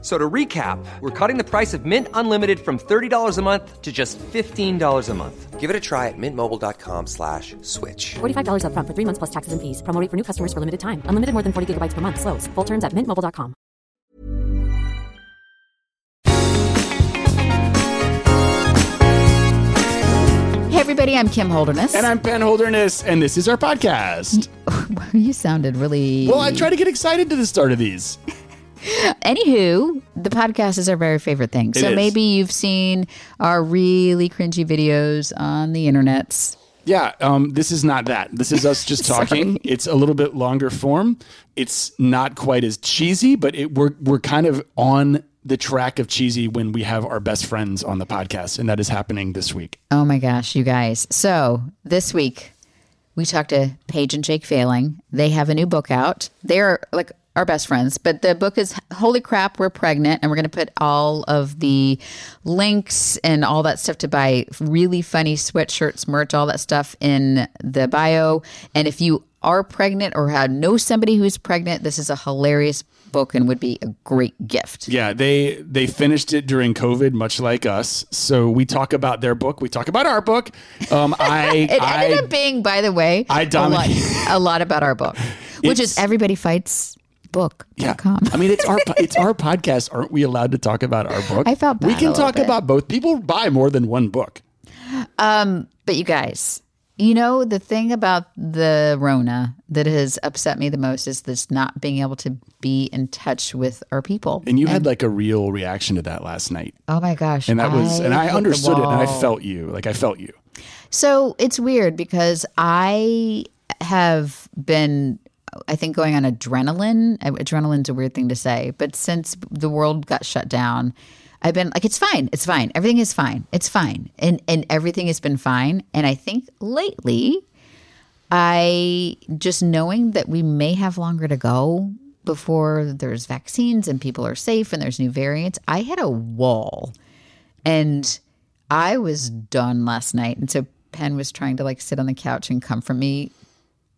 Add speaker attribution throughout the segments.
Speaker 1: So to recap, we're cutting the price of Mint Unlimited from $30 a month to just $15 a month. Give it a try at mintmobile.com slash switch.
Speaker 2: $45 upfront for three months plus taxes and fees. Promo rate for new customers for limited time. Unlimited more than 40 gigabytes per month. Slows. Full terms at mintmobile.com.
Speaker 3: Hey, everybody, I'm Kim Holderness.
Speaker 4: And I'm Ben Holderness, and this is our podcast.
Speaker 3: you sounded really.
Speaker 4: Well, I try to get excited to the start of these.
Speaker 3: Anywho, the podcast is our very favorite thing.
Speaker 4: It
Speaker 3: so
Speaker 4: is.
Speaker 3: maybe you've seen our really cringy videos on the internets.
Speaker 4: Yeah, um, this is not that. This is us just talking. it's a little bit longer form. It's not quite as cheesy, but it, we're we're kind of on the track of cheesy when we have our best friends on the podcast, and that is happening this week.
Speaker 3: Oh my gosh, you guys. So this week, we talked to Paige and Jake Failing. They have a new book out. They're like our best friends, but the book is Holy Crap, We're Pregnant. And we're going to put all of the links and all that stuff to buy really funny sweatshirts, merch, all that stuff in the bio. And if you are pregnant or have, know somebody who's pregnant, this is a hilarious book and would be a great gift.
Speaker 4: Yeah, they they finished it during COVID, much like us. So we talk about their book. We talk about our book. Um, I
Speaker 3: It
Speaker 4: I-
Speaker 3: ended up being, by the way,
Speaker 4: I
Speaker 3: a, lot,
Speaker 4: dominate-
Speaker 3: a lot about our book, which is
Speaker 4: It's-
Speaker 3: everybody fights book.com.
Speaker 4: I mean, it's our po- it's our podcast. Aren't we allowed to talk about our book?
Speaker 3: I felt
Speaker 4: we
Speaker 3: bad a
Speaker 4: can
Speaker 3: little
Speaker 4: talk
Speaker 3: bit.
Speaker 4: about both. People buy more than one book.
Speaker 3: But you guys, you know, the thing about the Rona that has upset me the most is this not being able to be in touch with our people.
Speaker 4: And you had like a real reaction to that last night,
Speaker 3: Oh my gosh.
Speaker 4: and that was
Speaker 3: hit
Speaker 4: and I
Speaker 3: the
Speaker 4: understood it, and I
Speaker 3: wall.
Speaker 4: felt you. Like I felt you.
Speaker 3: So it's weird because I have been, I think, going on adrenaline. Uh, Adrenaline's a weird thing to say, but since the world got shut down, I've been like, it's fine, it's fine, everything is fine, it's fine, and and everything has been fine. And I think lately, I just knowing that we may have longer to go before there's vaccines and people are safe and there's new variants. I hit a wall and I was done last night. And so Penn was trying to like sit on the couch and comfort me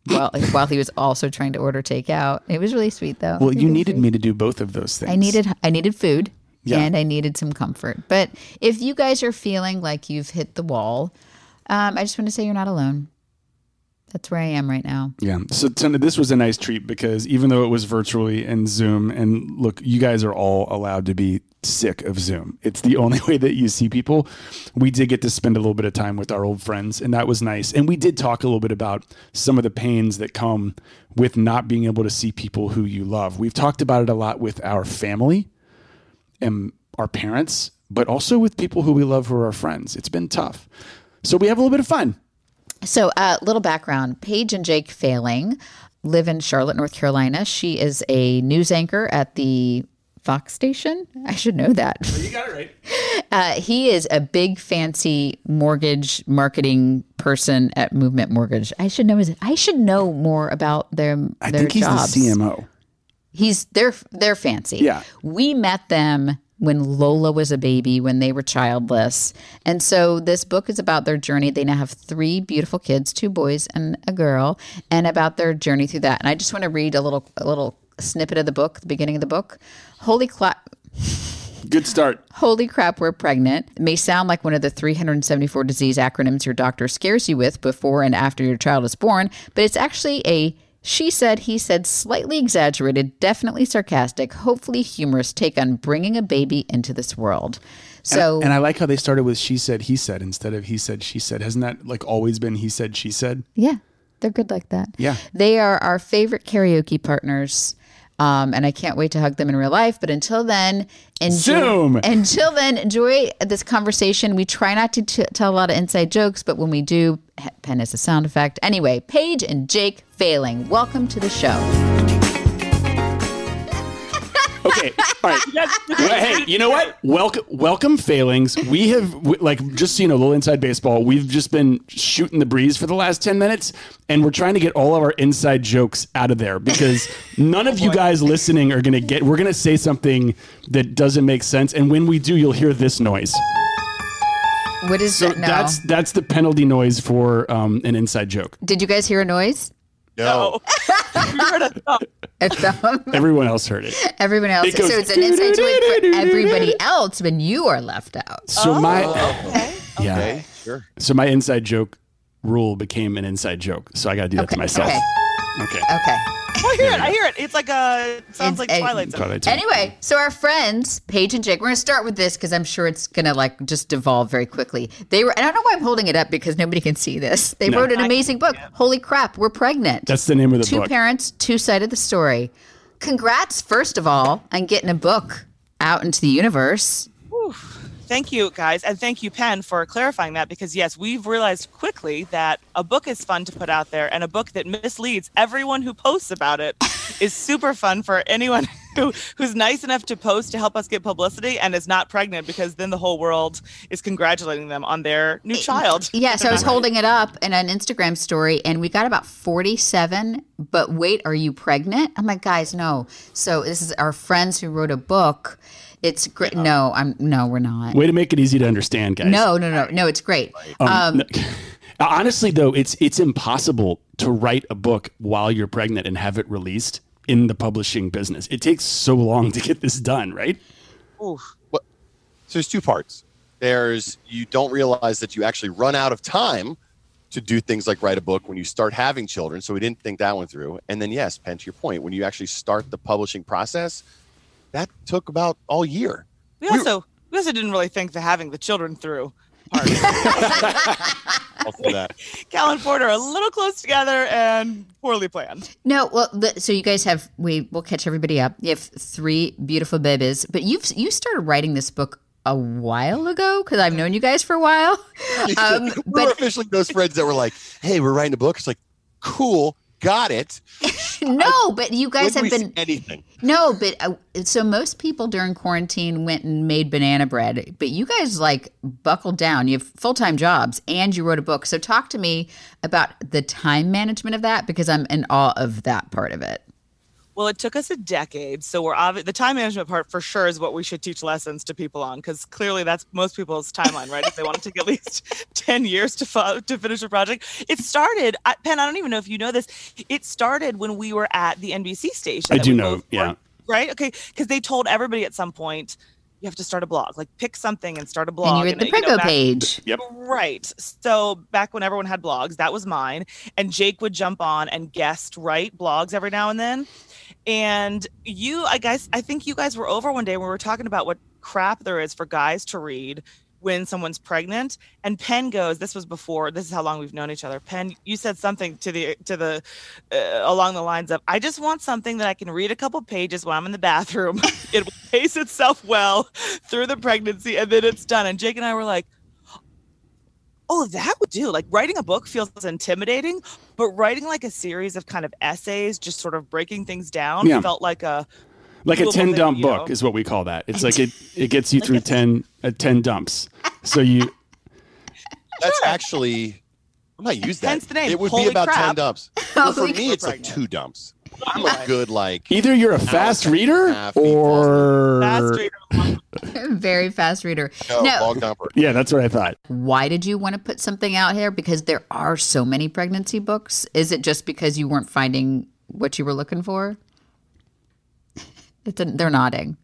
Speaker 3: while while he was also trying to order takeout. It was really sweet though.
Speaker 4: Well, you needed me to do both of those things.
Speaker 3: I needed I needed food
Speaker 4: Yeah.
Speaker 3: and I needed some comfort. But if you guys are feeling like you've hit the wall, um, I just want to say you're not alone. That's where I am right now.
Speaker 4: Yeah. So Tim, this was a nice treat because even though it was virtually and Zoom, and look, you guys are all allowed to be sick of Zoom. It's the only way that you see people. We did get to spend a little bit of time with our old friends, and that was nice. And we did talk a little bit about some of the pains that come with not being able to see people who you love. We've talked about it a lot with our family and our parents, but also with people who we love who are our friends. It's been tough. So we have a little bit of fun.
Speaker 3: So, uh, little background Paige and Jake Failing live in Charlotte, North Carolina. She is a news anchor at the Fox station. I should know that.
Speaker 4: Oh, You got it right.
Speaker 3: Uh, he is a big, fancy mortgage marketing person at Movement Mortgage. I should know his, I should know more about their
Speaker 4: I
Speaker 3: their
Speaker 4: think he's
Speaker 3: jobs.
Speaker 4: the CMO.
Speaker 3: He's they're they're fancy.
Speaker 4: Yeah.
Speaker 3: We met them when Lola was a baby, when they were childless. And so this book is about their journey. They now have three beautiful kids, two boys and a girl, and about their journey through that. And I just want to read a little a little snippet of the book, the beginning of the book. Holy clap
Speaker 4: Good start.
Speaker 3: Holy crap, we're pregnant It may sound like one of the 374 disease acronyms your doctor scares you with before and after your child is born, but it's actually a she said, he said, slightly exaggerated, definitely sarcastic, hopefully humorous take on bringing a baby into this world. So,
Speaker 4: And I like how they started with she said, he said instead of he said, she said. Hasn't that like always been he said, she said?
Speaker 3: yeah, they're good like that.
Speaker 4: Yeah.
Speaker 3: They are our favorite karaoke partners. Um, and I can't wait to hug them in real life. But until then, enjoy,
Speaker 4: Zoom.
Speaker 3: Until then, enjoy this conversation. We try not to t- tell a lot of inside jokes, but when we do, he- pen is a sound effect. Anyway, Paige and Jake failing. Welcome to the show.
Speaker 4: okay. All right. Well, hey, you know what? Welcome, welcome failings. We have we- like just so you know, a little inside baseball. We've just been shooting the breeze for the last ten minutes, and we're trying to get all of our inside jokes out of there because none of you guys listening are gonna get. We're gonna say something that doesn't make sense, and when we do, you'll hear this noise.
Speaker 3: What is that? No.
Speaker 4: That's that's the penalty noise for um, an inside joke.
Speaker 3: Did you guys hear a noise?
Speaker 5: No.
Speaker 3: If the-
Speaker 4: Everyone else heard it.
Speaker 3: Everyone else.
Speaker 4: It goes
Speaker 3: so it's an inside joke for
Speaker 4: doo-doo-doo-doo-doo-doo-doo.
Speaker 3: everybody else when you are left out.
Speaker 4: So my yeah.
Speaker 5: Okay, sure.
Speaker 4: So my inside joke rule became an inside joke. So I got to do that to myself.
Speaker 3: Okay.
Speaker 4: Okay.
Speaker 3: Okay.
Speaker 6: Oh, I hear it. I hear it. It's like a
Speaker 3: It's
Speaker 6: sounds like
Speaker 3: a-
Speaker 6: Twilight Zone.
Speaker 4: Thought I'd-
Speaker 3: Anyway, so our friends, Paige and Jake, we're gonna start with this because I'm sure it's gonna like just devolve very quickly. They were, and I don't know why I'm holding it up because nobody can see this. They wrote an amazing book. Holy crap, we're pregnant.
Speaker 4: That's the name of the
Speaker 3: two
Speaker 4: book.
Speaker 3: parents, two side of the story. Congrats, first of all, on getting a book out into the universe.
Speaker 6: Thank you guys, and thank you, Penn, for clarifying that because yes, we've realized quickly that a book is fun to put out there, and a book that misleads everyone who posts about it is super fun for anyone who who's nice enough to post to help us get publicity and is not pregnant because then the whole world is congratulating them on their new child.
Speaker 3: Yeah, so I was holding it up in an Instagram story, and we got about 47. But wait, are you pregnant? I'm like, guys, no. So this is our friends who wrote a book. It's great. No, I'm no, we're not.
Speaker 4: Way to make it easy to understand, guys. Uh,
Speaker 3: No, no, no, no. It's great. Um,
Speaker 4: Honestly, though, it's it's impossible to write a book while you're pregnant and have it released in the publishing business. It takes so long to get this done, right?
Speaker 5: So there's two parts. There's you don't realize that you actually run out of time to do things like write a book when you start having children. So we didn't think that one through. And then yes, Penn, to your point, when you actually start the publishing process, that took about all year.
Speaker 6: We also we also didn't really think the having the children through part.
Speaker 5: Also that.
Speaker 6: Cal and Ford are a little close together and poorly planned.
Speaker 3: no, well, the, so you guys have we will catch everybody up. You have three beautiful babies, but you've you started writing this book a while ago because I've known you guys for a while. Um,
Speaker 5: we were
Speaker 3: but
Speaker 5: officially those friends that were like, "Hey, we're writing a book." It's like, cool, got it.
Speaker 3: no, but you guys
Speaker 5: When
Speaker 3: have
Speaker 5: we see
Speaker 3: been
Speaker 5: anything.
Speaker 3: No, but uh, so most people during quarantine went and made banana bread, but you guys like buckled down. You have full time jobs and you wrote a book. So talk to me about the time management of that because I'm in awe of that part of it.
Speaker 6: Well, it took us a decade, so we're obvi- the time management part for sure is what we should teach lessons to people on because clearly that's most people's timeline, right? if they want to take at least ten years to fo- to finish a project, it started. I, Penn, I don't even know if you know this. It started when we were at the NBC station.
Speaker 4: I
Speaker 6: that
Speaker 4: do
Speaker 6: we
Speaker 4: know,
Speaker 6: both
Speaker 4: yeah.
Speaker 6: worked- Right? Okay, because they told everybody at some point you have to start a blog, like pick something and start a blog.
Speaker 3: And you were at the
Speaker 6: it- you know,
Speaker 3: Prego
Speaker 6: back-
Speaker 3: page.
Speaker 4: Yep.
Speaker 6: Right. So back when everyone had blogs, that was mine. And Jake would jump on and guest write blogs every now and then. And you, I guess, I think you guys were over one day when we were talking about what crap there is for guys to read when someone's pregnant. And Penn goes, "This was before. This is how long we've known each other." Penn, you said something to the to the uh, along the lines of, "I just want something that I can read a couple pages while I'm in the bathroom. it will pace itself well through the pregnancy, and then it's done." And Jake and I were like oh that would do like writing a book feels intimidating but writing like a series of kind of essays just sort of breaking things down
Speaker 4: Yeah.
Speaker 6: felt like a
Speaker 4: Like a
Speaker 6: Doable
Speaker 4: ten
Speaker 6: thing,
Speaker 4: dump
Speaker 6: you
Speaker 4: book
Speaker 6: know.
Speaker 4: is what we call that. It's like it it gets you through ten uh, ten dumps. So you
Speaker 5: That's actually. I'm not use that.
Speaker 6: Hence the name,
Speaker 5: It would
Speaker 6: holy
Speaker 5: be about ten
Speaker 6: crap.
Speaker 5: dumps. Well, for
Speaker 3: Holy
Speaker 5: me, it's like
Speaker 6: pregnant.
Speaker 5: two dumps. I'm a good like.
Speaker 4: either you're a fast reader
Speaker 5: half equals-
Speaker 4: or
Speaker 6: fast reader
Speaker 3: Very fast reader.
Speaker 5: No,
Speaker 3: no,
Speaker 5: long dumper.
Speaker 4: yeah, that's what I thought.
Speaker 3: why did you want to put something out here? Because there are so many pregnancy books. Is it just because you weren't finding what you were looking for? It's a, they're nodding.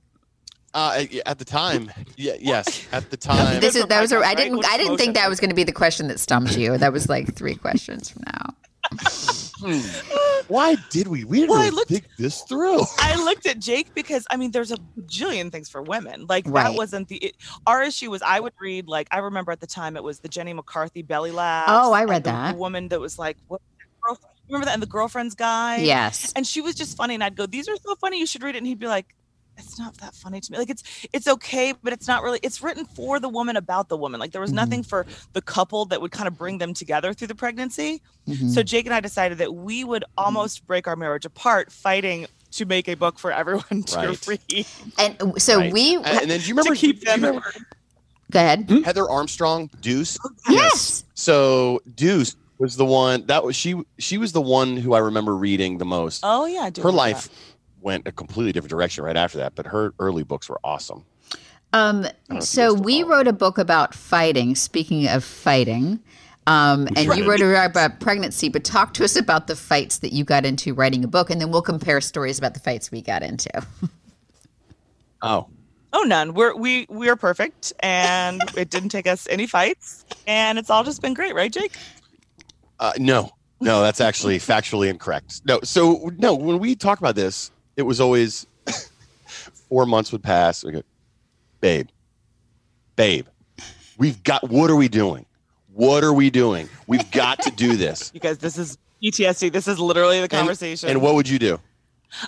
Speaker 5: Uh, at the time, yeah, yes. At the time,
Speaker 3: This is
Speaker 6: Different
Speaker 3: that was a,
Speaker 6: podcast,
Speaker 3: I didn't
Speaker 6: right?
Speaker 3: I didn't think
Speaker 6: Motion.
Speaker 3: that was going to be the question that stumped you. That was like three questions from now.
Speaker 5: why did we? We didn't
Speaker 6: Well, I
Speaker 5: really
Speaker 6: looked-
Speaker 5: think this through.
Speaker 6: I looked at Jake because I mean, there's a bajillion things for women. Like
Speaker 3: Right.
Speaker 6: that wasn't the it, our issue. Was I would read like I remember at the time it was the Jenny McCarthy belly laugh.
Speaker 3: Oh, I read that.
Speaker 6: The woman that was like, what? Remember that in the girlfriend's guy?
Speaker 3: Yes.
Speaker 6: and she was just funny and i'd go these are so funny you should read it and he'd be like it's not that funny to me like it's it's okay but it's not really it's written for the woman about the woman like there was
Speaker 5: Mm-hmm.
Speaker 6: nothing for the couple that would kind of bring them together through the
Speaker 5: Mm-hmm.
Speaker 6: pregnancy so jake and i decided that we would almost break our marriage apart fighting to make a book for everyone to
Speaker 5: Right.
Speaker 6: read.
Speaker 3: And uh, so
Speaker 5: Right.
Speaker 3: we
Speaker 5: And, and then do you remember,
Speaker 6: to keep
Speaker 5: do you
Speaker 6: them.
Speaker 5: remember
Speaker 3: go ahead.
Speaker 5: Heather Armstrong Deuce?
Speaker 3: Yes.
Speaker 5: So Deuce was the one that was she she was the one who I remember reading the most.
Speaker 6: Oh yeah, I do
Speaker 5: her
Speaker 6: remember
Speaker 5: life went a completely different direction right after that, but her early books were awesome.
Speaker 3: Um,
Speaker 5: know if you
Speaker 3: so
Speaker 5: guys
Speaker 3: we
Speaker 5: recall.
Speaker 3: wrote a book about fighting. Speaking of fighting, um, and you wrote a book about pregnancy, but talk to us about the fights that you got into writing a book, and then we'll compare stories about the fights we got into.
Speaker 5: Oh,
Speaker 6: Oh, none. We're we we are perfect, and it didn't take us any fights, and it's all just been great, right, Jake?
Speaker 5: Uh, no, no, that's actually factually incorrect. No, so no, when we talk about this, it was always four months would pass. We go, babe, babe, we've got. What are we doing? What are we doing? We've got to do this.
Speaker 6: You guys, this is PTSD. This is literally the
Speaker 5: And-
Speaker 6: conversation.
Speaker 5: And, what would you do?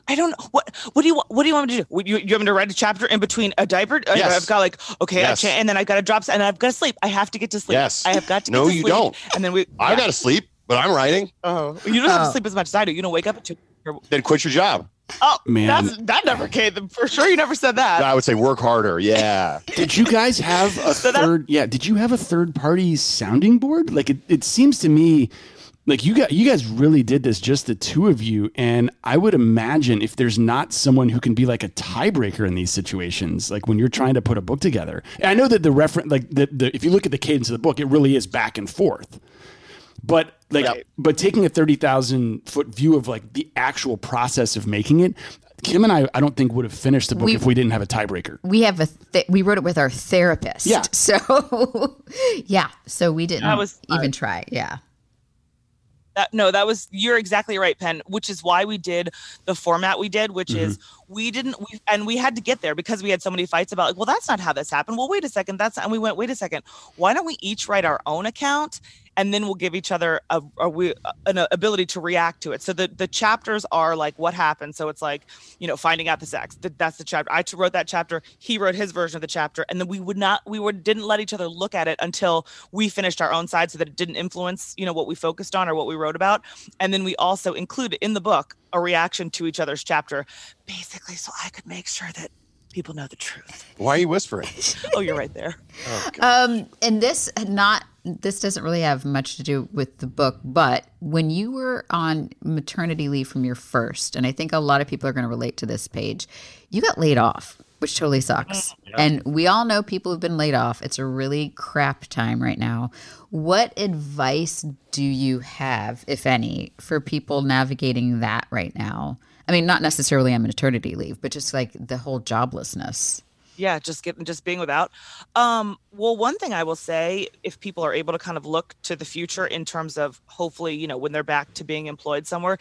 Speaker 6: I don't know what what do you want- what do you want me to do? Would you you want me to write a chapter in between a diaper? I-
Speaker 5: Yes.
Speaker 6: I've got like okay,
Speaker 5: Yes.
Speaker 6: I cha- and then I've got to drop s- and I've got to sleep. I have to get to sleep.
Speaker 5: Yes.
Speaker 6: I have got to.
Speaker 5: No,
Speaker 6: get to
Speaker 5: you
Speaker 6: sleep.
Speaker 5: don't.
Speaker 6: And then we.
Speaker 5: I
Speaker 6: yeah.
Speaker 5: gotta sleep, but I'm writing.
Speaker 6: Oh, you don't have
Speaker 3: Oh.
Speaker 6: to sleep as much as I do. You don't wake up at two.
Speaker 5: Then quit your job.
Speaker 6: Oh
Speaker 4: Man.
Speaker 6: that's that never came. For sure, you never said that.
Speaker 5: I would say work harder. Yeah.
Speaker 4: Did you guys have a
Speaker 6: that's-
Speaker 4: third? Yeah, did you have a third party sounding board? Like it, it seems to me, like you got you guys really did this just the two of you, and I would imagine if there's not someone who can be like a tiebreaker in these situations, like when you're trying to put a book together. And I know that the reference, like the, the if you look at the cadence of the book, it really is back and forth. But like,
Speaker 5: Right.
Speaker 4: but taking a thirty thousand foot view of like the actual process of making it, Kim and I, I don't think would have finished the book
Speaker 3: We-
Speaker 4: if we didn't have a tiebreaker.
Speaker 3: We have a th- we wrote it with our therapist.
Speaker 4: Yeah.
Speaker 3: So yeah. So we didn't
Speaker 6: That was
Speaker 3: even try. Yeah.
Speaker 6: That, no, that was you're exactly right, Penn. Which is why we did the format we did, which is we didn't we and we had to get there because we had so many fights about like, well, that's not how this happened. Well, wait a second, that's and we went, wait a second, why don't we each write our own account and then we'll give each other a, a, we an ability to react to it. So the the chapters are like what happened. So it's like you know finding out the sex. Th- That's the chapter. I t- wrote that chapter. He wrote his version of the chapter, and then we would not we would didn't let each other look at it until we finished our own side, so that it didn't influence you know what we focused on or what we wrote about. And then we also include in the book a reaction to each other's chapter, basically, so I could make sure that people know the truth.
Speaker 5: Why are you whispering?
Speaker 6: oh, you're right there.
Speaker 3: Um, and this not this doesn't really have much to do with the book, but when you were on maternity leave from your first, and I think a lot of people are going to relate to this page, you got laid off, which totally sucks.
Speaker 6: Oh,
Speaker 3: And we all know people who've been laid off. It's a really crap time right now. What advice do you have, if any, for people navigating that right now? I mean, not necessarily on maternity leave, but just like the whole joblessness.
Speaker 6: yeah just getting just being without um well one thing i will say if people are able to kind of look to the future in terms of hopefully you know when they're back to being employed somewhere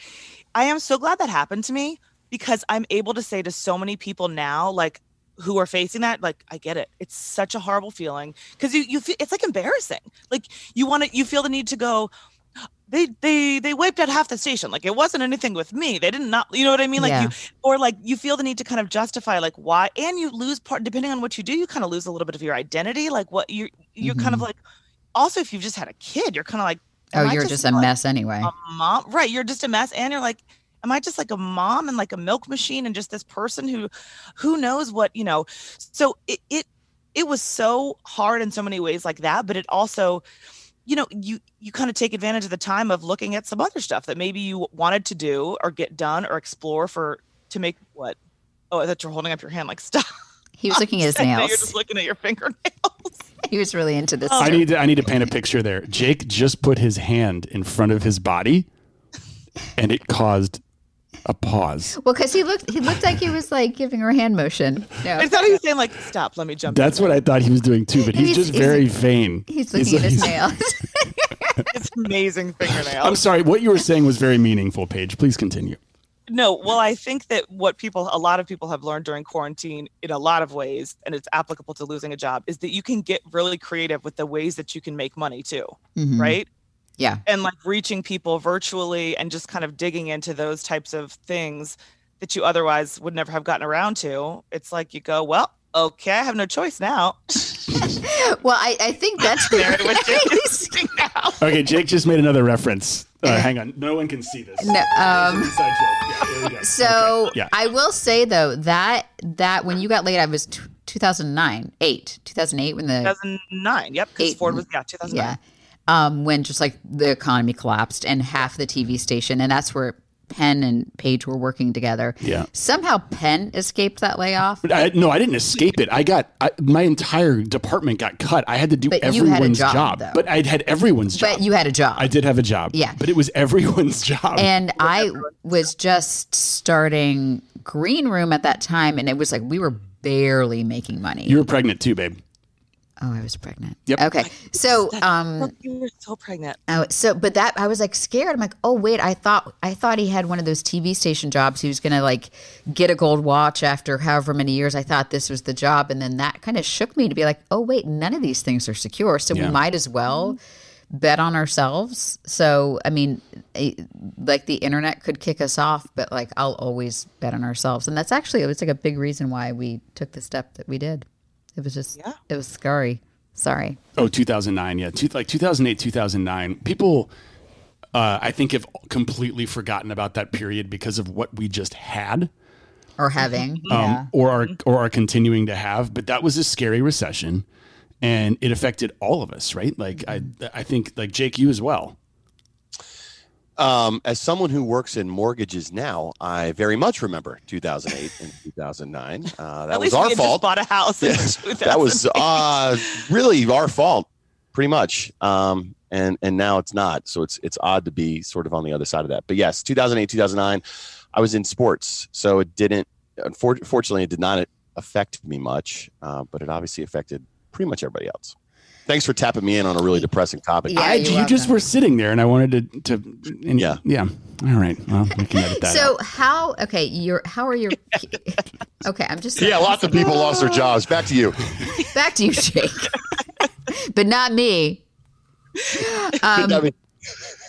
Speaker 6: i am so glad that happened to me because i'm able to say to so many people now like who are facing that like i get it it's such a horrible feeling because you you feel, it's like embarrassing like you want to you feel the need to go they they they wiped out half the station like it wasn't anything with me they didn't not you know what i mean like
Speaker 3: Yeah.
Speaker 6: you or like you feel the need to kind of justify like why and you lose part depending on what you do you kind of lose a little bit of your identity like what you you're kind of like also if you've just had a kid you're kind of like
Speaker 3: Mm-hmm. Oh,
Speaker 6: am I
Speaker 3: you're just, a
Speaker 6: like,
Speaker 3: mess anyway.
Speaker 6: a mom right you're just a mess and you're like am i just like a mom and like a milk machine and just this person who who knows what you know so it it, it was so hard in so many ways like that but it also you know you you kind of take advantage of the time of looking at some other stuff that maybe you wanted to do or get done or explore for to make what oh that you're holding up your hand like stop
Speaker 3: He was looking at his
Speaker 6: I know
Speaker 3: nails.
Speaker 6: you're just looking at your fingernails
Speaker 3: He was really into this.
Speaker 4: I need to, I need to paint a picture there. Jake just put his hand in front of his body, and it caused a pause.
Speaker 3: well, because he looked, he looked like he was like giving her a hand motion. No,
Speaker 6: i thought he was saying like stop let me jump in."
Speaker 4: That's what I thought he was doing too, but he's,
Speaker 3: He's-
Speaker 4: just
Speaker 3: he's-
Speaker 4: very vain.
Speaker 3: he's looking at his nails.
Speaker 6: it's amazing fingernails
Speaker 4: I'm sorry. What you were saying was very meaningful, Paige. Please continue.
Speaker 6: No, well, I think that what people, a lot of people have learned during quarantine in a lot of ways, and it's applicable to losing a job, is that you can get really creative with the ways that you can make money too,
Speaker 5: Mm.
Speaker 3: Mhm.
Speaker 6: right?
Speaker 3: Yeah.
Speaker 6: And like reaching people virtually and just kind of digging into those types of things that you otherwise would never have gotten around to. It's like you go, well, okay, I have no choice now.
Speaker 3: Well, I, I think that's the
Speaker 6: Married with Jake is sitting now.
Speaker 4: Okay, Jake just made another reference. Uh, hang on, no one can see this.
Speaker 3: No, um,
Speaker 4: Inside joke. Yeah, there we go.
Speaker 3: so
Speaker 4: Okay, yeah.
Speaker 3: I will say though that that when you got laid, I was t- 2009, eight, 2008 when the
Speaker 6: 2009. Yep, because
Speaker 3: Eight.
Speaker 6: Ford
Speaker 5: mm,
Speaker 6: was yeah 2009.
Speaker 3: yeah um, when just like the economy collapsed and half the TV station, and that's where Penn and Page were working together.
Speaker 4: Yeah.
Speaker 3: somehow Penn escaped that layoff.
Speaker 4: But I, no, I didn't escape it. I got I, my entire department got cut. I had to do
Speaker 3: But you had a
Speaker 4: everyone's
Speaker 3: job,
Speaker 4: job,
Speaker 3: though.
Speaker 4: but I'd had everyone's job.
Speaker 3: But you had a job.
Speaker 4: I did have a job.
Speaker 3: Yeah.
Speaker 4: but it was everyone's job.
Speaker 3: and I was just starting Green Room at that time, and it was like we were barely making money.
Speaker 4: you were pregnant too, babe.
Speaker 3: oh, I was pregnant.
Speaker 4: Yep.
Speaker 3: Okay. So, um,
Speaker 6: You were so pregnant.
Speaker 3: I was- so but that I was like scared. I'm like, oh wait, I thought I thought he had one of those TV station jobs. He was gonna like get a gold watch after however many years. I thought this was the job, and then that kind of shook me to be like, oh wait, none of these things are secure. So
Speaker 4: Yeah.
Speaker 3: we might as well bet on ourselves. So I mean, eh, like the internet could kick us off, but like I'll always bet on ourselves, and that's actually it was like a big reason why we took the step that we did. It was just
Speaker 6: Yeah.
Speaker 3: it was scary. Sorry.
Speaker 4: Oh, 2009. Yeah. Two, like 2008, 2009. People, uh, I think, have completely forgotten about that period because of what we just had
Speaker 3: Or having.
Speaker 4: um, or are or are continuing to have. But that was a scary recession, and it affected all of us, right? Like I, I think like Jake, you as well.
Speaker 5: Um, as someone who works in mortgages now, I very much remember 2008 and 2009. Uh, that
Speaker 6: At
Speaker 5: was
Speaker 6: least
Speaker 5: our
Speaker 6: we had
Speaker 5: fault.
Speaker 6: Just bought a house. In
Speaker 5: Yes,
Speaker 6: 2000.
Speaker 5: that was uh, really our fault, pretty much. Um, and and now it's not. So it's it's odd to be sort of on the other side of that. But yes, 2008, 2009, I was in sports, so it didn't. Unfortunately, it did not affect me much, uh, but it obviously affected pretty much everybody else. Thanks for tapping me in on a really depressing topic.
Speaker 3: Yeah,
Speaker 4: I,
Speaker 3: you're
Speaker 4: you just
Speaker 3: welcome.
Speaker 4: were sitting there, and I wanted to to and-
Speaker 5: Yeah.
Speaker 4: yeah. All right, well, we can edit that. out.
Speaker 3: So how okay your how are your okay I'm just
Speaker 5: Yeah, lots of people lost their jobs. Back to you.
Speaker 3: back to you Jake but not me um,
Speaker 5: I mean,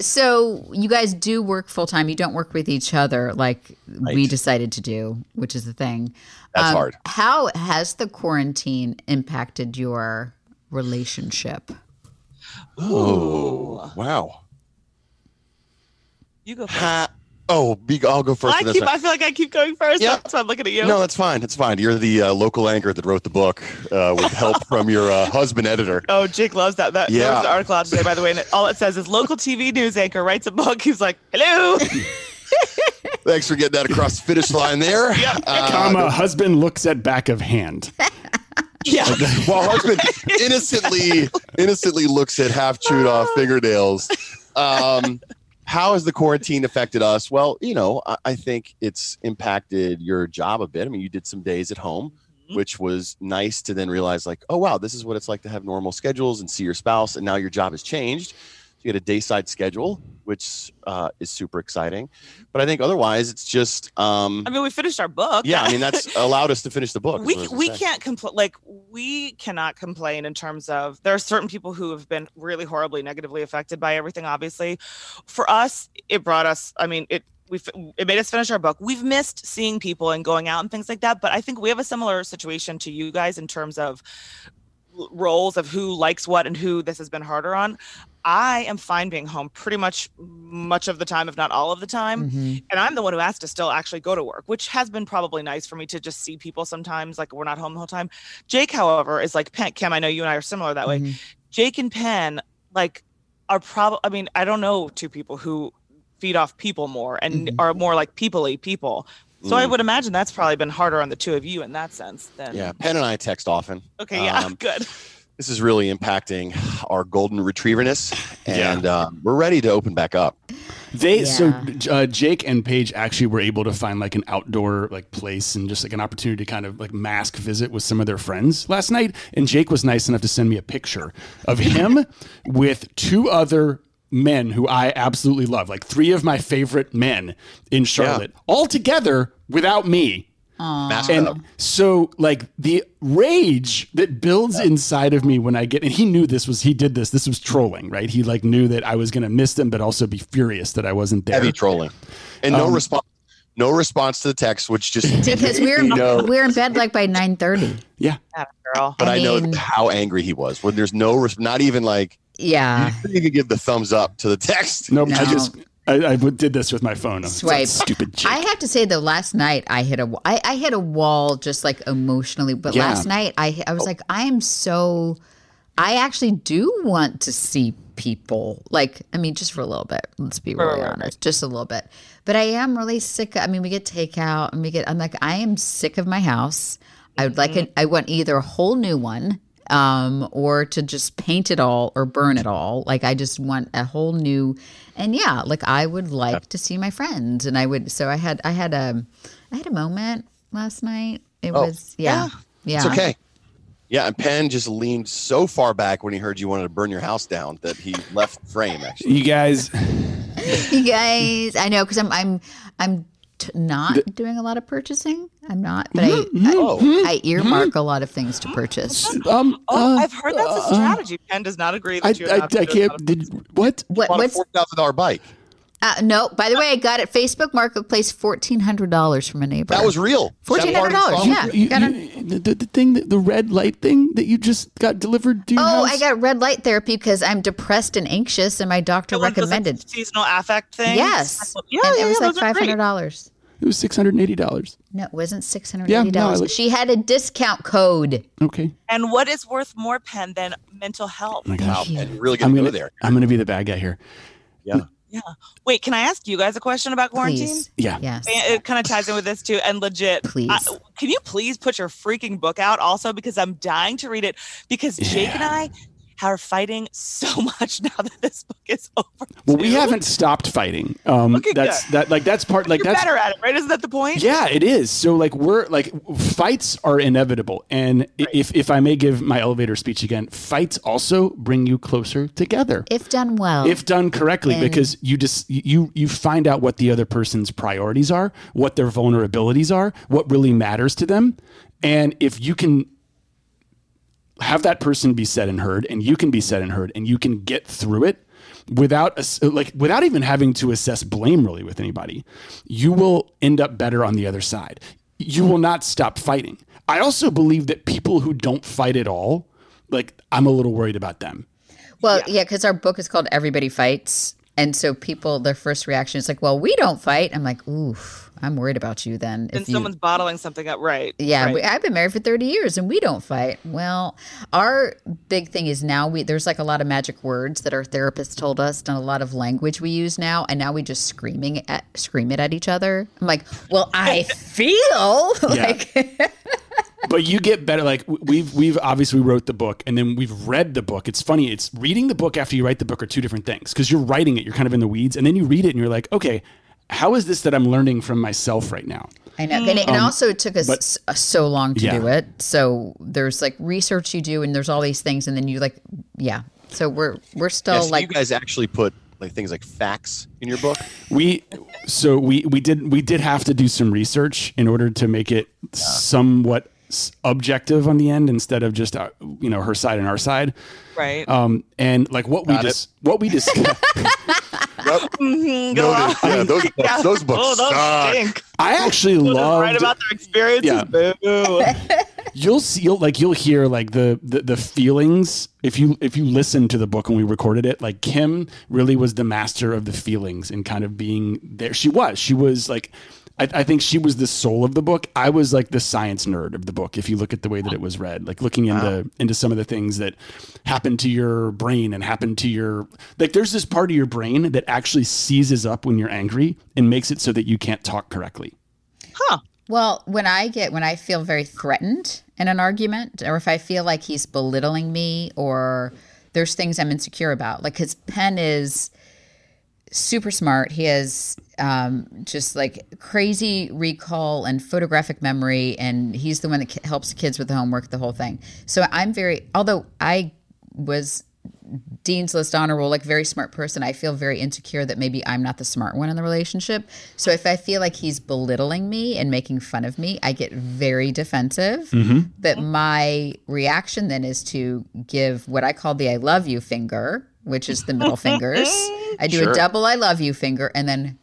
Speaker 3: so you guys do work full time you don't work with each other like we
Speaker 5: Right.
Speaker 3: decided to do which is the thing Um,
Speaker 5: That's hard.
Speaker 3: how has the quarantine impacted your relationship
Speaker 5: oh, wow.
Speaker 6: you go first.
Speaker 5: Ha- oh, be- I'll go first.
Speaker 6: I
Speaker 5: on this
Speaker 6: keep.
Speaker 5: one.
Speaker 6: I feel like I keep going first.
Speaker 5: Yeah.
Speaker 6: That's why I'm looking at you.
Speaker 5: No, that's fine. That's fine. You're the uh, local anchor that wrote the book uh, with help from your uh, husband editor.
Speaker 6: Oh, Jake loves that. that There
Speaker 5: Yeah.
Speaker 6: was an article out today, by the way, and it, all it says is local TV news anchor writes a book. He's like, hello.
Speaker 5: Thanks for getting that across the finish line there. Yeah.
Speaker 4: comma husband looks at back of hand.
Speaker 6: yeah.
Speaker 5: while husband innocently innocently looks at half chewed off fingernails. Um, how has the quarantine affected us? Well, you know, I, I think it's impacted your job a bit. I mean, you did some days at home,
Speaker 6: Mm-hmm.
Speaker 5: which was nice to then realize, like, oh wow, this is what it's like to have normal schedules and see your spouse, and now your job has changed. So you get a dayside schedule, which uh, is super exciting. But I think otherwise, it's just. Um,
Speaker 6: Mm-hmm. I mean, we finished our book.
Speaker 5: yeah, I mean that's allowed us to finish the book. is what I
Speaker 6: we
Speaker 5: was gonna
Speaker 6: we
Speaker 5: say.
Speaker 6: can't complain. Like we cannot complain in terms of there are certain people who have been really horribly negatively affected by everything. Obviously, for us, it brought us. I mean, it we f- it made us finish our book. We've missed seeing people and going out and things like that. But I think we have a similar situation to you guys in terms of l- roles of who likes what and who this has been harder on. I am fine being home pretty much much of the time, if not all of the time
Speaker 5: Mm-hmm.
Speaker 6: and I'm the one who has to still actually go to work, which has been probably nice for me to just see people sometimes. Like we're not home the whole time. Jake, however, is like Pen- Kim. I know you and I are similar that
Speaker 5: Mm-hmm.
Speaker 6: way. Jake and Penn, like, are probably. I mean, I don't know two people who feed off people more and
Speaker 3: Mhm.
Speaker 6: are more like peoply people. So I
Speaker 5: Mm-hmm. Mm.
Speaker 6: would imagine that's probably been harder on the two of you in that sense. Than
Speaker 5: Yeah, Penn and I text often.
Speaker 6: Okay. Yeah.
Speaker 5: Um,
Speaker 6: good.
Speaker 5: This is really impacting our golden retrieverness,
Speaker 4: Yeah.
Speaker 5: and um, we're ready to open back up.
Speaker 4: They
Speaker 3: Yeah.
Speaker 4: so uh, Jake and Paige actually were able to find like an outdoor like place and just like an opportunity to kind of like mask visit with some of their friends last night. And Jake was nice enough to send me a picture of him with two other men who I absolutely love, like three of my favorite men in Charlotte, all together without me.
Speaker 5: Mask
Speaker 4: And
Speaker 5: up.
Speaker 4: so, like the rage that builds inside of me when I get, and he knew this was he did this. This was trolling, right? He like knew that I was going to miss them, but also be furious that I wasn't there.
Speaker 5: heavy trolling, and no response. No response to the text, which just.
Speaker 3: Um, because we're
Speaker 5: No.
Speaker 3: we're in bed like by nine thirty.
Speaker 4: Yeah,
Speaker 6: That girl.
Speaker 5: But I, know
Speaker 3: mean-
Speaker 5: how angry he was when there's no, res- not even like
Speaker 3: yeah.
Speaker 5: You could give the thumbs up to the text.
Speaker 4: Nope. I
Speaker 3: No.
Speaker 4: just I, I did this with my phone. I'm
Speaker 3: Swipe.
Speaker 4: such a Stupid. Chick.
Speaker 3: I have to say though, last night I hit a wa- I, I hit a wall just like emotionally. But
Speaker 4: Yeah.
Speaker 3: last night I I was like, I am so I actually do want to see people. Like, I mean, just for a little bit. Let's be really honest. Just a little bit. But I am really sick. I mean, we get takeout and we get I'm like, I am sick of my house. I would like an, I want either a whole new one um, or to just paint it all or burn it all. Like I just want a whole new, and yeah, like I would like to see my friends, and I would. So I had, I had a, I had a moment last night. It was, Oh. yeah, yeah.
Speaker 5: It's okay. Yeah, and Penn just leaned so far back when he heard you wanted to burn your house down that he left frame. Actually,
Speaker 4: you guys.
Speaker 3: You guys, I know because I'm, I'm, I'm t- not doing a lot of purchasing. I'm not, but I, I, I earmark a lot of things to purchase.
Speaker 4: Um.
Speaker 6: Oh,
Speaker 4: uh,
Speaker 6: I've heard that's a strategy. Penn does not agree
Speaker 4: I,
Speaker 6: that you
Speaker 4: I,
Speaker 6: have to
Speaker 4: I
Speaker 6: do a lot
Speaker 4: can't.
Speaker 6: of-
Speaker 4: Did what?
Speaker 3: What,
Speaker 5: bought a
Speaker 3: what's
Speaker 5: four thousand dollar bike.
Speaker 3: uh, no? By the way, I got it Facebook Marketplace fourteen hundred dollars from a neighbor.
Speaker 5: That was real.
Speaker 3: Fourteen hundred dollars.
Speaker 5: That part
Speaker 3: Yeah,
Speaker 5: of the song-
Speaker 4: You,
Speaker 3: got a-
Speaker 4: you- the, the thing, that, the red light thing that you just got delivered to your
Speaker 3: Oh,
Speaker 4: house?
Speaker 3: I got red light therapy because I'm depressed and anxious, and my doctor
Speaker 6: The one that was, like,
Speaker 3: recommended.
Speaker 6: seasonal affect thing.
Speaker 3: Yes,
Speaker 6: Yeah,
Speaker 3: and
Speaker 6: yeah,
Speaker 3: it was
Speaker 6: yeah,
Speaker 3: like
Speaker 6: those are
Speaker 3: five
Speaker 6: great.
Speaker 3: hundred dollars.
Speaker 4: It was six hundred and eighty dollars.
Speaker 3: No, it wasn't six hundred
Speaker 4: Yeah,
Speaker 3: eighty
Speaker 4: no, I
Speaker 3: dollars.
Speaker 4: looked-
Speaker 3: she had a discount code.
Speaker 4: Okay,
Speaker 6: And what is worth more, Penn, than mental health?
Speaker 4: my
Speaker 5: Wow,
Speaker 4: gosh,
Speaker 5: and really
Speaker 4: I'm
Speaker 5: gonna
Speaker 4: gonna
Speaker 5: go there.
Speaker 4: I'm gonna be the bad guy here.
Speaker 6: Yeah. Wait, can I ask you guys a question about quarantine? uh,
Speaker 3: Please,
Speaker 4: Yeah.
Speaker 3: yes,
Speaker 6: It, kind of ties in with this too. And legit,
Speaker 3: Please.
Speaker 6: I- can you please put your freaking book out also? Because I'm dying to read it. Because Jake and I are fighting so much now that this book is over.
Speaker 4: Well, we
Speaker 6: too.
Speaker 4: haven't stopped fighting. Um,
Speaker 6: Okay,
Speaker 4: that's
Speaker 6: good.
Speaker 4: that. Like that's part. Like
Speaker 6: You're
Speaker 4: that's
Speaker 6: better at it, right? Isn't that the point?
Speaker 4: Yeah, it is. So like we're like fights are inevitable, and i- if if I may give my elevator speech again, fights also bring you closer together
Speaker 3: if done well.
Speaker 4: if done correctly because you just you you find out what the other person's priorities are what their vulnerabilities are what really matters to them and if you can have that person be said and heard and you can be said and heard and you can get through it without ass- like without even having to assess blame really with anybody you will end up better on the other side you will not stop fighting i also believe that people who don't fight at all like i'm a little worried about them
Speaker 3: well, yeah, because our book is called Everybody Fights, and so people their first reaction is like, "Well, we don't fight." I'm like, "Oof, I'm worried about you." Then,
Speaker 6: And
Speaker 3: if you-
Speaker 6: someone's bottling something up, right?
Speaker 3: Yeah,
Speaker 6: right.
Speaker 3: we, I've been married for 30 years and we don't fight. Well, our big thing is now we there's like a lot of magic words that our therapist told us and a lot of language we use now and now we just screaming at scream it at each other. I'm like, "Well, I feel like
Speaker 4: but you get better like w- we've we've obviously wrote the book and then we've read the book it's funny it's reading the book after you write the book are two different things because you're writing it you're kind of in the weeds and then you read it and you're like okay how is this that i'm learning from myself right now
Speaker 3: I know. And, it,
Speaker 5: Um,
Speaker 3: and also it took us
Speaker 4: but-
Speaker 3: s- uh, so long to
Speaker 4: Yeah.
Speaker 3: do it. So there's like research you do and there's all these things and then you like yeah. So we're we're still
Speaker 5: Yeah, so
Speaker 3: like
Speaker 5: you guys actually put like things like facts in your book.
Speaker 4: we so we we did we did have to do some research in order to make it somewhat s- objective on the end instead of just uh, you know her side and our side
Speaker 6: Right.
Speaker 4: um and like what we just what we just
Speaker 6: Mhm, go on.
Speaker 5: yeah, those
Speaker 6: Yeah.
Speaker 5: books, those books
Speaker 6: oh, those
Speaker 5: suck.
Speaker 6: stink.
Speaker 4: i actually love
Speaker 6: Right about their experiences.
Speaker 4: Yeah.
Speaker 6: Boo.
Speaker 4: you'll see you'll like you'll hear like the, the the feelings if you if you listen to the book when we recorded it like kim really was the master of the feelings and kind of being there she was she was like I, I think she was the soul of the book i was like the science nerd of the book if you look at the way that it was read like looking into into some of the things that happen to your brain and happen to your like there's this part of your brain that actually seizes up when you're angry and makes it so that you can't talk correctly
Speaker 3: Well, when I get when I feel very threatened in an argument, or if I feel like he's belittling me, or there's things I'm insecure about, like his pen is super smart. He has um, just like crazy recall and photographic memory, and he's the one that ki- helps kids with the homework, the whole thing. So I'm very, although I was Dean's List honor roll, like very smart person, I feel very insecure that maybe I'm not the smart one in the relationship. So if I feel like he's belittling me and making fun of me, I get very defensive. But my reaction then is to give what I call the I love you finger, which is the middle fingers. I do a double I love you finger and then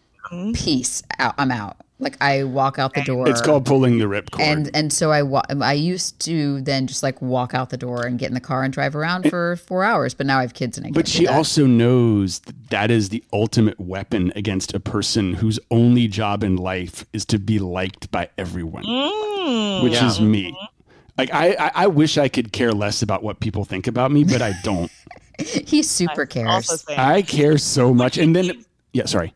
Speaker 3: peace out. I'm out. Like I walk out the door.
Speaker 4: It's called pulling the ripcord.
Speaker 3: And and so I wa- I used to then just like walk out the door and get in the car and drive around for four hours. But now I have kids and I. can't
Speaker 4: But
Speaker 3: do
Speaker 4: she
Speaker 3: that.
Speaker 4: also knows that that is the ultimate weapon against a person whose only job in life is to be liked by everyone,
Speaker 6: Mm, Hmm.
Speaker 4: which is me. Like I, I, I wish I could care less about what people think about me, but I don't.
Speaker 3: he super cares.
Speaker 6: Also saying,
Speaker 4: I care so much, and then yeah, sorry.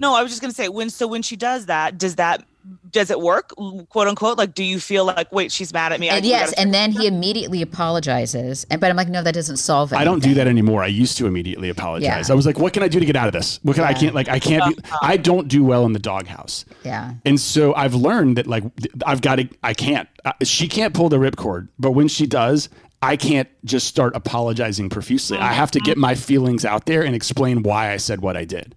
Speaker 6: no, I was just gonna say when. So when she does that, does that does it work? Quote unquote. Like, do you feel like wait, she's mad at me? I-
Speaker 3: and
Speaker 6: we
Speaker 3: yes,
Speaker 6: gotta-
Speaker 3: and then he immediately apologizes. And but I'm like, no, that doesn't solve it.
Speaker 4: I don't do that anymore. I used to immediately apologize.
Speaker 3: Yeah.
Speaker 4: I was like, "What can I do to get out of this? What can I can't like I can't be, I don't do well in the doghouse."
Speaker 3: Yeah.
Speaker 4: And so I've learned that like th- I've got to I can't uh, she can't pull the ripcord, but when she does, I can't just start apologizing profusely. I have to get my feelings out there and explain why I said what I did.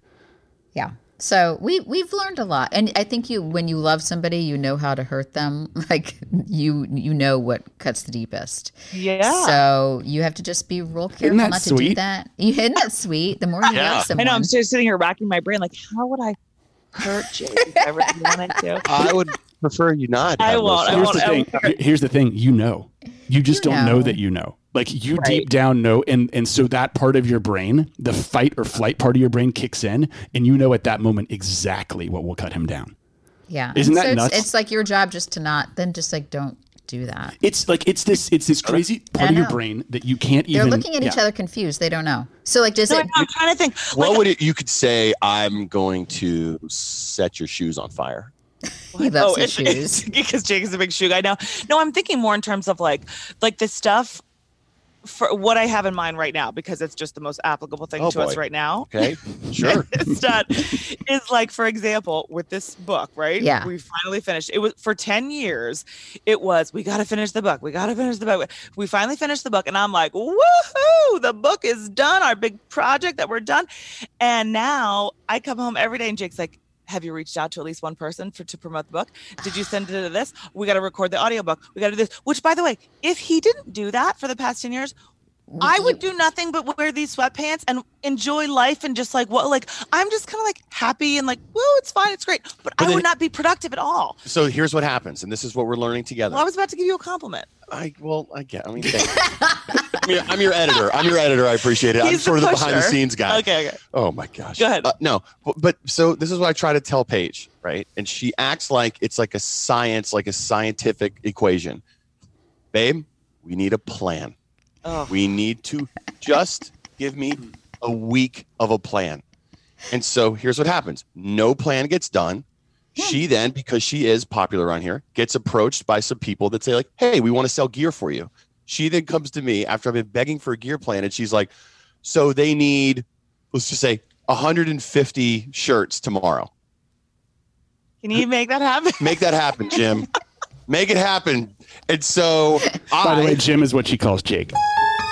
Speaker 3: Yeah. So we we've learned a lot, and I think you when you love somebody, you know how to hurt them. Like you you know what cuts the deepest.
Speaker 6: Yeah.
Speaker 3: So you have to just be real careful
Speaker 4: that
Speaker 3: not to do
Speaker 4: sweet?
Speaker 3: that. Isn't that sweet? The more you
Speaker 5: Yeah.
Speaker 3: love
Speaker 6: I
Speaker 3: someone,
Speaker 6: know I'm just sitting here racking my brain, like how would I hurt Jake if I really wanted to?
Speaker 5: I would prefer you not.
Speaker 6: I
Speaker 5: have those
Speaker 4: Here's
Speaker 6: won't, I
Speaker 5: thoughts.
Speaker 4: the
Speaker 6: I
Speaker 4: thing. Here- Here's the thing. You know, you just
Speaker 3: You
Speaker 4: don't know.
Speaker 3: know.
Speaker 4: that you know. Like you
Speaker 6: Right.
Speaker 4: deep down know, and and so that part of your brain, the fight or flight part of your brain, kicks in, and you know at that moment exactly what will cut him down.
Speaker 3: yeah.
Speaker 4: Isn't that
Speaker 3: so
Speaker 4: nuts?
Speaker 3: It's, it's like your job just to not then just like don't do that.
Speaker 4: It's like it's this it's this crazy part of your
Speaker 3: know.
Speaker 4: brain that you can't
Speaker 3: They're
Speaker 4: even.
Speaker 3: looking at each
Speaker 4: yeah.
Speaker 3: other confused. They don't know. So like does
Speaker 6: No, I
Speaker 3: it
Speaker 6: know, I'm trying to think.
Speaker 5: What would it, you could say? I'm going to set your shoes on fire.
Speaker 3: he loves his
Speaker 6: oh, it's-
Speaker 3: shoes.
Speaker 6: it's- because Jake is a big shoe guy now. No, I'm thinking more in terms of like like the stuff for what I have in mind right now because it's just the most applicable thing
Speaker 5: Oh,
Speaker 6: to us
Speaker 5: boy.
Speaker 6: right now.
Speaker 5: Okay, sure.
Speaker 6: It's done. is like for example with this book, right?
Speaker 3: Yeah.
Speaker 6: we finally finished. It was for ten years. It was we got to finish the book. We got to finish the book. We finally finished the book, and I'm like, woohoo! The book is done. Our big project that we're done, and now I come home every day, and Jake's like. Have you reached out to at least one person for to promote the book? Did you send it to this? We got to record the audiobook. We got to do this. Which, by the way, if he didn't do that for the past 10 years, I would do nothing but wear these sweatpants and enjoy life and just like what like I'm just kind of like happy and like woo it's fine it's great but, I
Speaker 5: then-
Speaker 6: would not be productive at all.
Speaker 5: So here's what happens, and this is what we're learning together.
Speaker 6: Well, I was about to give you a compliment.
Speaker 5: I well, I get. I mean, thank you. I'm, your, I'm your editor. I'm your editor. I appreciate it. I'm
Speaker 6: He's the
Speaker 5: sort of the behind the
Speaker 6: pusher.
Speaker 5: scenes guy.
Speaker 6: Okay, okay.
Speaker 5: Oh my gosh.
Speaker 6: Go ahead.
Speaker 5: Uh, no, but, but so this is what I try to tell Paige, right? And she acts like it's like a science, like a scientific equation. Babe, we need a plan.
Speaker 6: Oh.
Speaker 5: We need to just give me a week of a plan. And so here's what happens no plan gets done.
Speaker 6: Hmm.
Speaker 5: She then, because she is popular on here, gets approached by some people that say, like, hey, we want to sell gear for you. She then comes to me after I've been begging for a gear plan, and she's like, so they need, let's just say, 150 shirts tomorrow.
Speaker 6: Can you make that happen?
Speaker 5: Make that happen, Jim. Make it happen. And so I,
Speaker 4: By the way, Jim is what she calls Jake.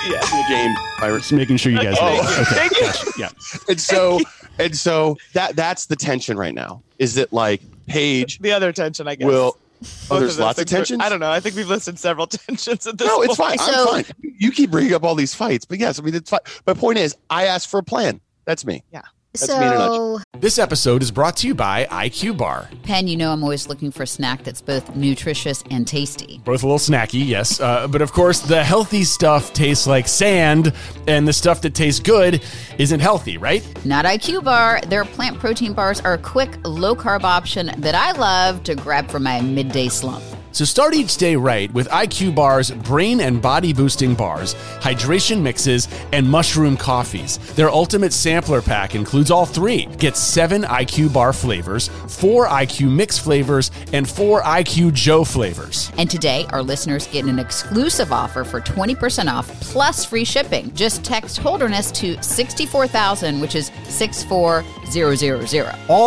Speaker 5: James, I
Speaker 4: Just making sure you guys. know. Okay.
Speaker 6: Oh, Thank you.
Speaker 4: Yeah.
Speaker 5: and so and so that that's the tension right now is that like Paige
Speaker 6: The other tension, I guess.
Speaker 5: will
Speaker 6: Both
Speaker 5: oh there's
Speaker 6: those
Speaker 5: lots of
Speaker 6: things were-
Speaker 5: tensions
Speaker 6: I don't know. I think we've listed several tensions at this
Speaker 5: no it's
Speaker 6: point.
Speaker 5: fine
Speaker 3: So-
Speaker 5: I'm fine you keep bringing up all these fights but yes I mean it's fine my point is I asked for a plan that's me That's me in a
Speaker 3: So
Speaker 7: This episode is brought to you by IQ Bar.
Speaker 3: Pen, you know I'm always looking for a snack that's both nutritious and tasty.
Speaker 7: Both a little snacky, yes, uh, but of course, the healthy stuff tastes like sand, and the stuff that tastes good isn't healthy, right?
Speaker 3: Not IQ Bar. Their plant protein bars are a quick, low carb option that I love to grab for my midday slump.
Speaker 7: So start each day right with IQ Bar's brain and body boosting bars, hydration mixes, and mushroom coffees. Their ultimate sampler pack includes all three. Get seven IQ Bar flavors, four IQ Mix flavors, and four IQ Joe flavors.
Speaker 3: And today, our listeners get an exclusive offer for 20% off plus free shipping. Just text Holderness to 64000, which is 64000.
Speaker 7: All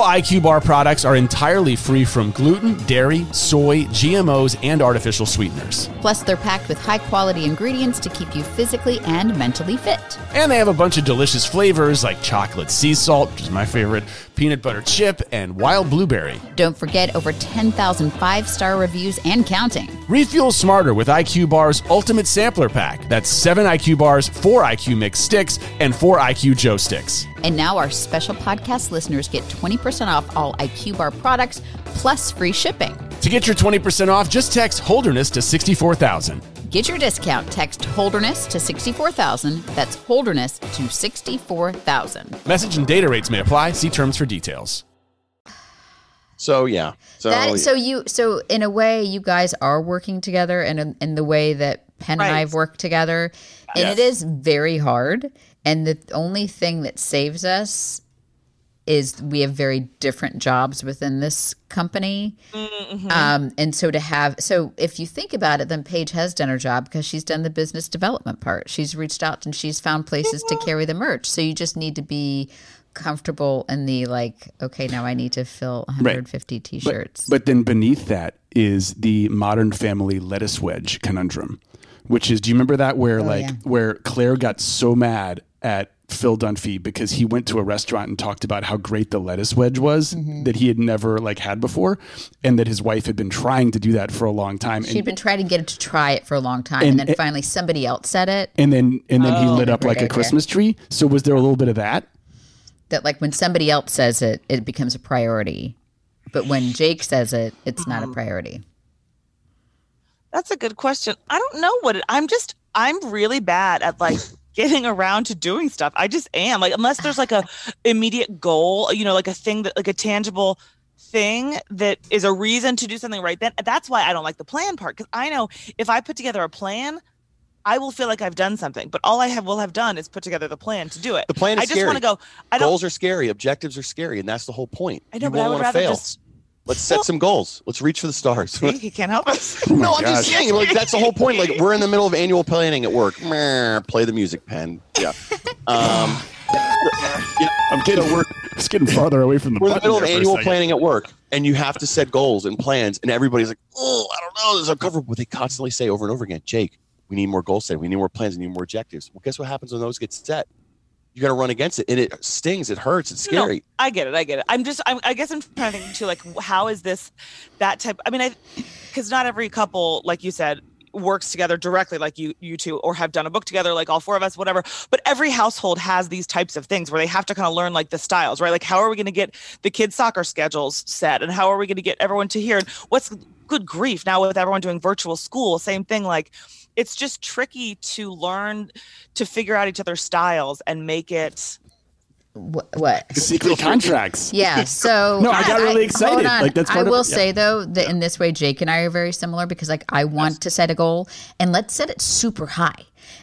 Speaker 7: IQ Bar products are entirely free from gluten, dairy, soy, GMOs, GMOs, and artificial sweeteners.
Speaker 3: Plus, they're packed with high quality ingredients to keep you physically and mentally fit.
Speaker 7: And they have a bunch of delicious flavors like chocolate sea salt, which is my favorite, peanut butter chip, and wild blueberry.
Speaker 3: Don't forget over 10,000 five star reviews and counting.
Speaker 7: Refuel smarter with IQ Bar's Ultimate Sampler Pack. That's seven IQ bars, four IQ Mix sticks, and four IQ Joe sticks.
Speaker 3: And now, our special podcast listeners get 20% off all IQ Bar products plus free shipping.
Speaker 7: To get your 20% off, just text Holderness to 64000.
Speaker 3: Get your discount. Text Holderness to 64000. That's Holderness to 64000.
Speaker 7: Message and data rates may apply. See terms for details.
Speaker 5: So yeah. So,
Speaker 3: That, so you so in a way you guys are working together and in, in the way that Penn and
Speaker 6: Right.
Speaker 3: I've worked together and it is very hard and the only thing that saves us is we have very different jobs within this company um, and so to have so if you think about it then Paige has done her job because she's done the business development part she's reached out and she's found places to carry the merch so you just need to be comfortable in the like okay now I need to fill 150 t-shirts
Speaker 4: But then beneath that is the modern family lettuce wedge conundrum, which is do you remember that where like
Speaker 3: Oh, yeah.
Speaker 4: where Claire got so mad at Phil Dunphy because he went to a restaurant and talked about how great the lettuce wedge was
Speaker 3: Mm-hmm.
Speaker 4: that he had never like had before and that his wife had been trying to do that for a long time
Speaker 3: She'd
Speaker 4: and,
Speaker 3: been trying to get it to try it for a long time, and, then finally somebody else said it.
Speaker 4: and then and then he lit up
Speaker 3: great
Speaker 4: like a
Speaker 3: idea.
Speaker 4: Christmas tree so was there a little bit of that
Speaker 3: That like when somebody else says it, it becomes a priority, but when Jake says it, it's
Speaker 4: Mm-hmm.
Speaker 3: not a priority.
Speaker 6: That's a good question. I don't know what it, I'm just I'm really bad at like getting around to doing stuff. I just am. Like unless there's like a immediate goal, you know, like a thing that like a tangible thing that is a reason to do something right then. That's why I don't like the plan part cuz I know if I put together a plan, I will feel like I've done something, but all I have will have done is put together the plan to do it.
Speaker 5: The plan is
Speaker 6: I just want to
Speaker 5: scary.
Speaker 6: go. I don't
Speaker 5: goals are scary. Objectives are scary, and that's the whole point.
Speaker 6: I know,
Speaker 5: you
Speaker 6: but I
Speaker 5: won't
Speaker 6: would
Speaker 5: want
Speaker 6: rather
Speaker 5: to fail.
Speaker 6: just
Speaker 5: Let's set some goals. Let's reach for the stars.
Speaker 6: see, he can't help us.
Speaker 4: Oh
Speaker 5: no, I'm just saying. Like that's the whole point. Like we're in the middle of annual planning at work. Meh, play the music, pen. Yeah. Um, yeah,
Speaker 4: I'm getting
Speaker 5: So we're-
Speaker 4: it's getting farther away from the
Speaker 5: we're in the
Speaker 4: button
Speaker 5: middle of
Speaker 4: there for a
Speaker 5: annual
Speaker 4: second.
Speaker 5: planning at work, and you have to set goals and plans, and everybody's like, "Oh, I don't know, this is uncomfortable." But they constantly say over and over again, "Jake, we need more goal setting. We need more plans. We need more objectives." Well, guess what happens when those get set? You got to run against it, and it stings. It hurts. It's
Speaker 6: No,
Speaker 5: scary.
Speaker 6: I get it. I get it. I'm just. I'm, I guess I'm trying to think too. Like, how is this that type? I mean, I because not every couple, like you said, works together directly, like you you two, or have done a book together, like all four of us, whatever. But every household has these types of things where they have to kind of learn like the styles, right? Like, how are we going to get the kids' soccer schedules set, and how are we going to get everyone to here? And what's good grief now with everyone doing virtual school? Same thing, like. It's just tricky to learn to figure out each other's styles and make it
Speaker 3: Wh- what?
Speaker 4: secret contracts
Speaker 3: Yeah. So
Speaker 4: No, I got really excited.
Speaker 3: Hold on.
Speaker 4: Like, that's
Speaker 3: I
Speaker 4: part of
Speaker 3: will
Speaker 4: it. Yeah.
Speaker 3: say though that in this way, Jake and I are very similar because like I want to set a goal and let's set it super high.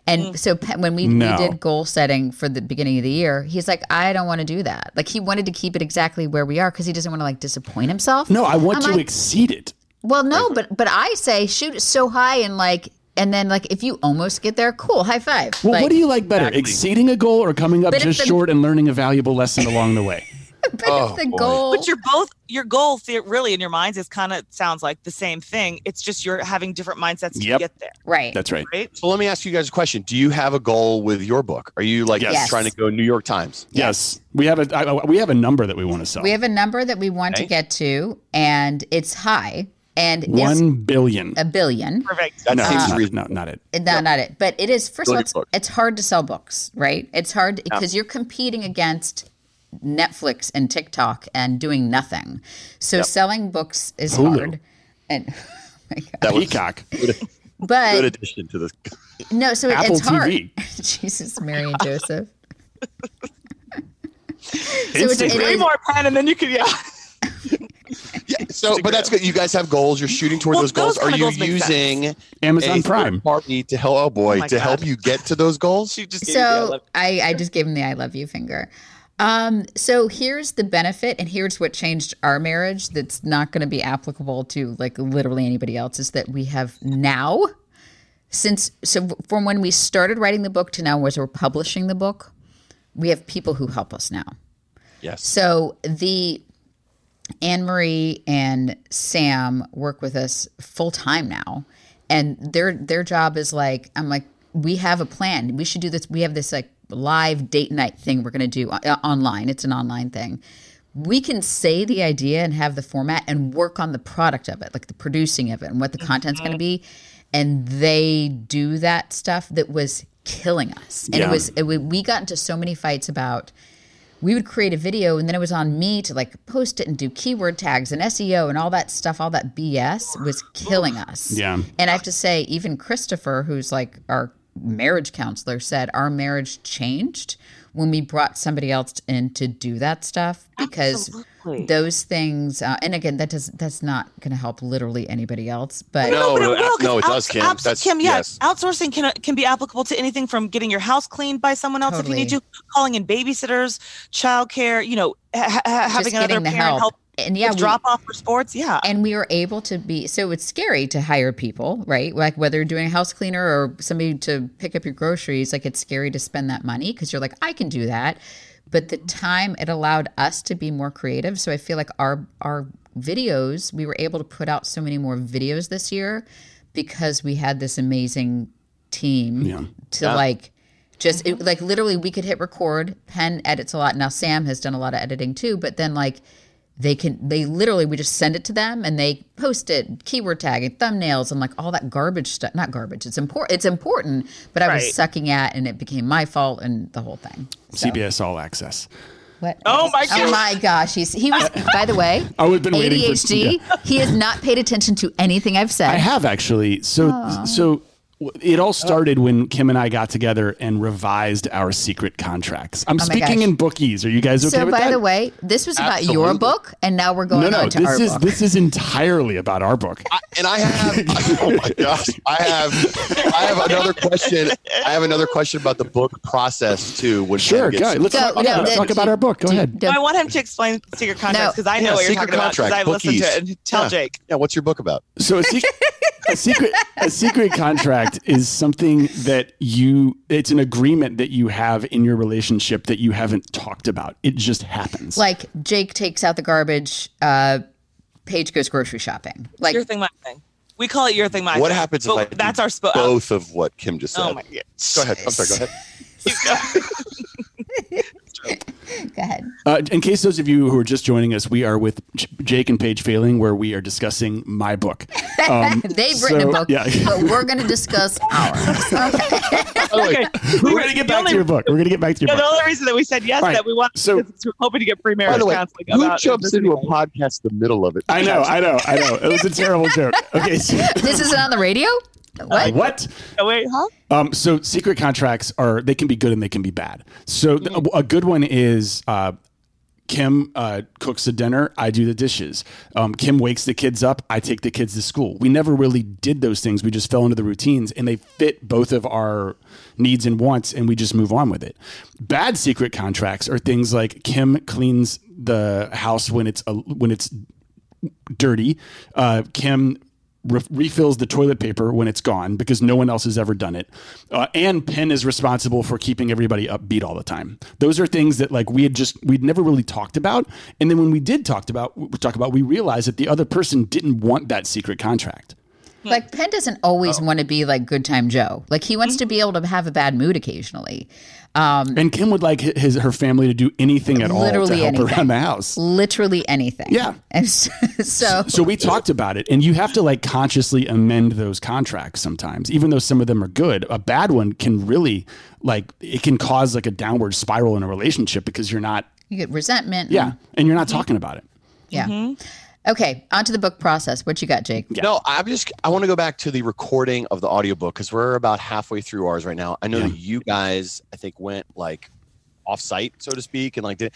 Speaker 3: And so Pe- when we,
Speaker 4: Mm. No.
Speaker 3: we did goal setting for the beginning of the year, he's like, I don't want to do that. Like he wanted to keep it exactly where we are because he doesn't want to like disappoint himself.
Speaker 4: no I want
Speaker 3: I'm
Speaker 4: to
Speaker 3: like,
Speaker 4: exceed it
Speaker 3: Well, no, but but I say shoot it so high and like and then like if you almost get there, cool, high five.
Speaker 4: Well,
Speaker 3: like,
Speaker 4: what do you like better, exceeding a goal or coming up
Speaker 3: But if
Speaker 4: just
Speaker 3: the-
Speaker 4: short and learning a valuable lesson along the way?
Speaker 3: But
Speaker 4: Oh,
Speaker 3: if the goal,
Speaker 6: But you're both your goal the- really in your minds is kind of sounds like the same thing. It's just you're having different mindsets to
Speaker 4: Yep.
Speaker 6: get there,
Speaker 3: right.
Speaker 4: That's right.
Speaker 6: right?
Speaker 5: So let me ask you guys a question. Do you have a goal with your book? Are you like
Speaker 3: Yes.
Speaker 5: trying to go New York Times?
Speaker 4: Yes, we have a I, I- we have a number that we want to sell.
Speaker 3: We have a number that we want to
Speaker 5: Okay.
Speaker 3: get to, and it's high, and it's
Speaker 4: One billion.
Speaker 3: a billion.
Speaker 6: Perfect.
Speaker 5: That
Speaker 4: No,
Speaker 5: seems
Speaker 4: it's not,
Speaker 5: reasonable.
Speaker 4: no, not it.
Speaker 3: No, not it. But it is first of all,
Speaker 5: Billion
Speaker 3: it's,
Speaker 5: books.
Speaker 3: it's hard to sell books, right? It's hard because you're competing against Netflix and TikTok and doing nothing. So selling books is
Speaker 4: Hulu.
Speaker 3: hard. And oh my God.
Speaker 5: That was
Speaker 4: Peacock.
Speaker 3: but
Speaker 5: good addition to this.
Speaker 3: no, so it-
Speaker 4: Apple
Speaker 3: it's hard.
Speaker 4: TV.
Speaker 3: Jesus, Mary and Joseph. so it's,
Speaker 4: Instagram.
Speaker 3: it
Speaker 6: Way
Speaker 3: is,
Speaker 6: more pen, and then you could yeah.
Speaker 5: Yeah, so, but that's good. You guys have goals. You're shooting toward
Speaker 6: Well,
Speaker 5: those goals.
Speaker 6: those
Speaker 5: Are
Speaker 6: kinda
Speaker 5: you
Speaker 6: goals make sense.
Speaker 5: using
Speaker 4: Amazon
Speaker 5: a
Speaker 4: Prime.
Speaker 5: third party to help? Oh boy,
Speaker 6: my
Speaker 5: to help
Speaker 6: God.
Speaker 5: you get to those goals.
Speaker 6: She just gave you the
Speaker 3: so
Speaker 6: look.
Speaker 3: I, I just gave him the I love you finger. Um, so here's the benefit, and here's what changed our marriage that's not going to be applicable to like literally anybody else is that we have now, since so from when we started writing the book to now, was we're publishing the book, we have people who help us now.
Speaker 5: Yes.
Speaker 3: So the Anne Marie and Sam work with us full time now, and their their job is like I'm like we have a plan. We should do this. We have this like live date night thing we're going to do o- uh, online. It's an online thing. We can say the idea and have the format and work on the product of it, like the producing of it and what the content's going to be. And they do that stuff that was killing us. And
Speaker 4: Yeah.
Speaker 3: it was it, we- we got into so many fights about we would create a video and then it was on me to like post it and do keyword tags and SEO and all that stuff, all that BS was killing us.
Speaker 4: Yeah.
Speaker 3: And I have to say, even Christopher, who's like our marriage counselor, said our marriage changed when we brought somebody else in to do that stuff because those things uh, and again that does that's not going to help literally anybody else but
Speaker 6: Oh,
Speaker 5: No, no, ab-
Speaker 6: 'cause
Speaker 5: no, it does,
Speaker 6: outs-
Speaker 5: Kim.
Speaker 6: outs-
Speaker 5: That's-
Speaker 6: Kim, yeah,
Speaker 5: yes.
Speaker 6: Outsourcing can can be applicable to anything from getting your house cleaned by someone else if you need to,
Speaker 3: Totally.
Speaker 6: calling in babysitters, childcare. You know, ha- ha- having
Speaker 3: Just getting the
Speaker 6: another parent
Speaker 3: help.
Speaker 6: help.
Speaker 3: And yeah,
Speaker 6: with
Speaker 3: we-
Speaker 6: drop off for sports. Yeah,
Speaker 3: and we were able to be so it's scary to hire people right like whether you're doing a house cleaner or somebody to pick up your groceries like it's scary to spend that money because you're like i can do that but the time it allowed us to be more creative so i feel like our our videos we were able to put out so many more videos this year because we had this amazing team to like just
Speaker 6: Mm-hmm.
Speaker 3: it, like literally we could hit record pen edits a lot now sam has done a lot of editing too but then like they can they literally we just send it to them and they post it keyword tag and thumbnails and like all that garbage stuff not garbage it's important it's important but i
Speaker 6: Right.
Speaker 3: was sucking at and it became my fault and the whole thing So,
Speaker 4: CBS All Access.
Speaker 3: what
Speaker 6: Oh my
Speaker 3: oh
Speaker 6: gosh.
Speaker 3: my gosh he's he was by the way
Speaker 4: I would've been waiting for-
Speaker 3: adhd he has not paid attention to anything i've said
Speaker 4: I have actually. So so w- it all started when Kim and I got together and revised our secret contracts. I'm
Speaker 3: Oh my
Speaker 4: speaking
Speaker 3: gosh.
Speaker 4: in bookies. Are you guys okay
Speaker 3: so
Speaker 4: with
Speaker 3: by
Speaker 4: that?
Speaker 3: the way this was about your
Speaker 5: Absolutely.
Speaker 3: book and now we're going
Speaker 4: no, no.
Speaker 3: on to
Speaker 4: This
Speaker 3: our
Speaker 4: is
Speaker 3: book
Speaker 4: this is entirely about our book.
Speaker 5: I, and I have, oh my gosh, I have, I have another question. I have another question about the book process too. When
Speaker 4: Sure,
Speaker 5: Ken gets-
Speaker 4: go. Let's
Speaker 3: Go-
Speaker 4: talk,
Speaker 3: no,
Speaker 4: yeah, let's
Speaker 3: the-
Speaker 4: talk about our book. Go ahead.
Speaker 3: Do-
Speaker 6: I want him to explain secret contracts because I know
Speaker 5: Yeah,
Speaker 6: what you're
Speaker 5: secret
Speaker 6: talking about because I've
Speaker 5: contract,
Speaker 6: listened to
Speaker 5: bookies.
Speaker 6: it. Tell
Speaker 5: Yeah.
Speaker 6: Jake.
Speaker 5: Yeah, what's your book about?
Speaker 4: So a, sec- a secret a secret contract is something that you it's an agreement that you have in your relationship that you haven't talked about. It just happens.
Speaker 3: like Jake takes out the garbage, uh, Paige goes grocery shopping. Like
Speaker 6: your thing, my thing. We call it your thing, my
Speaker 5: What
Speaker 6: thing.
Speaker 5: happens
Speaker 6: But
Speaker 5: if I do
Speaker 6: that's our uh, spot.
Speaker 5: both of what Kim just said?
Speaker 6: Oh my god.
Speaker 5: Go ahead. I'm sorry. Go ahead.
Speaker 3: go ahead.
Speaker 4: Uh, in case those of you who are just joining us, we are with J- Jake and Paige Failing, where we are discussing my book. Um,
Speaker 3: They've written
Speaker 4: so-
Speaker 3: a book,
Speaker 4: Yeah.
Speaker 3: but we're going to discuss ours. Okay.
Speaker 6: Okay.
Speaker 4: We're gonna get
Speaker 6: The
Speaker 4: back
Speaker 6: only-
Speaker 4: to your book. We're gonna get back to
Speaker 6: Yeah,
Speaker 4: your
Speaker 6: the
Speaker 4: book.
Speaker 6: only reason that we said yes
Speaker 4: All right,
Speaker 6: that we want
Speaker 4: so-
Speaker 6: because we we're hoping to get
Speaker 5: By
Speaker 6: premarriage
Speaker 5: the way,
Speaker 6: counseling
Speaker 5: who
Speaker 6: about
Speaker 5: jumps
Speaker 6: this
Speaker 5: into a
Speaker 6: anyway.
Speaker 5: podcast in the middle of it?
Speaker 4: I know, I know, I know. It was a terrible joke. Okay, so,
Speaker 3: this isn't on the radio? What?
Speaker 4: what?
Speaker 6: Oh, wait, huh?
Speaker 4: Um, so secret contracts are they can be good and they can be bad. So th- a good one is uh, Kim uh, cooks the dinner, I do the dishes. Um, Kim wakes the kids up, I take the kids to school. We never really did those things. We just fell into the routines, and they fit both of our needs and wants, and we just move on with it. Bad secret contracts are things like Kim cleans the house when it's a, when it's dirty. Uh, Kim re- refills the toilet paper when it's gone because no one else has ever done it. Uh, and Penn is responsible for keeping everybody upbeat all the time. Those are things that like we had just we'd never really talked about, and then when we did talked about we talk about, we realized that the other person didn't want that secret contract.
Speaker 3: Like Penn doesn't always want to be like good time Joe. Like he wants to be able to have a bad mood occasionally.
Speaker 4: And Kim would like hi- his her family to do anything at all to
Speaker 3: Literally
Speaker 4: help
Speaker 3: anything.
Speaker 4: around the house.
Speaker 3: Literally anything.
Speaker 4: Yeah.
Speaker 3: And so, so
Speaker 4: So we talked about it, and you have to like consciously amend those contracts sometimes, even though some of them are good. A bad one can really like it can cause like a downward spiral in a relationship because you're not,
Speaker 3: you get resentment. and-
Speaker 4: yeah, and you're not talking about it.
Speaker 3: Yeah.
Speaker 6: Mm-hmm.
Speaker 3: Okay. On to the book process. What you got, Jake?
Speaker 5: No, I'm just. I want to go back to the recording of the audiobook because we're about halfway through ours right now. I know that you guys, I think, went like off-site, so to speak, and like did.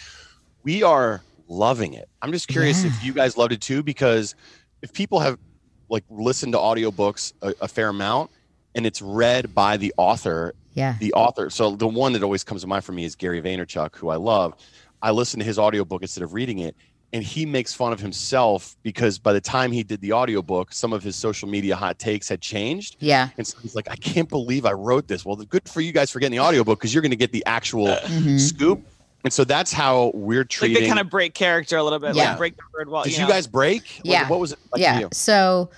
Speaker 5: We are loving it. I'm just curious if you guys loved it too, because if people have like listened to audiobooks a, a fair amount and it's read by the author
Speaker 3: Yeah.
Speaker 5: the author. So the one that always comes to mind for me is Gary Vaynerchuk, who I love. I listen to his audiobook instead of reading it, and he makes fun of himself because by the time he did the audiobook, some of his social media hot takes had changed.
Speaker 3: Yeah.
Speaker 5: And so he's like, I
Speaker 3: Uh, mm-hmm.
Speaker 5: can't believe I wrote this. Well, good for you guys for getting the audiobook because you're going to get the actual scoop. And so that's how we're
Speaker 6: Like
Speaker 5: treating.
Speaker 6: they kind of break character a little bit,
Speaker 3: Yeah.
Speaker 6: like break the third wall.
Speaker 5: did you,
Speaker 6: know?
Speaker 5: guys break? What-
Speaker 3: Yeah.
Speaker 5: What, was it? Like for
Speaker 3: yeah.
Speaker 5: you?
Speaker 3: So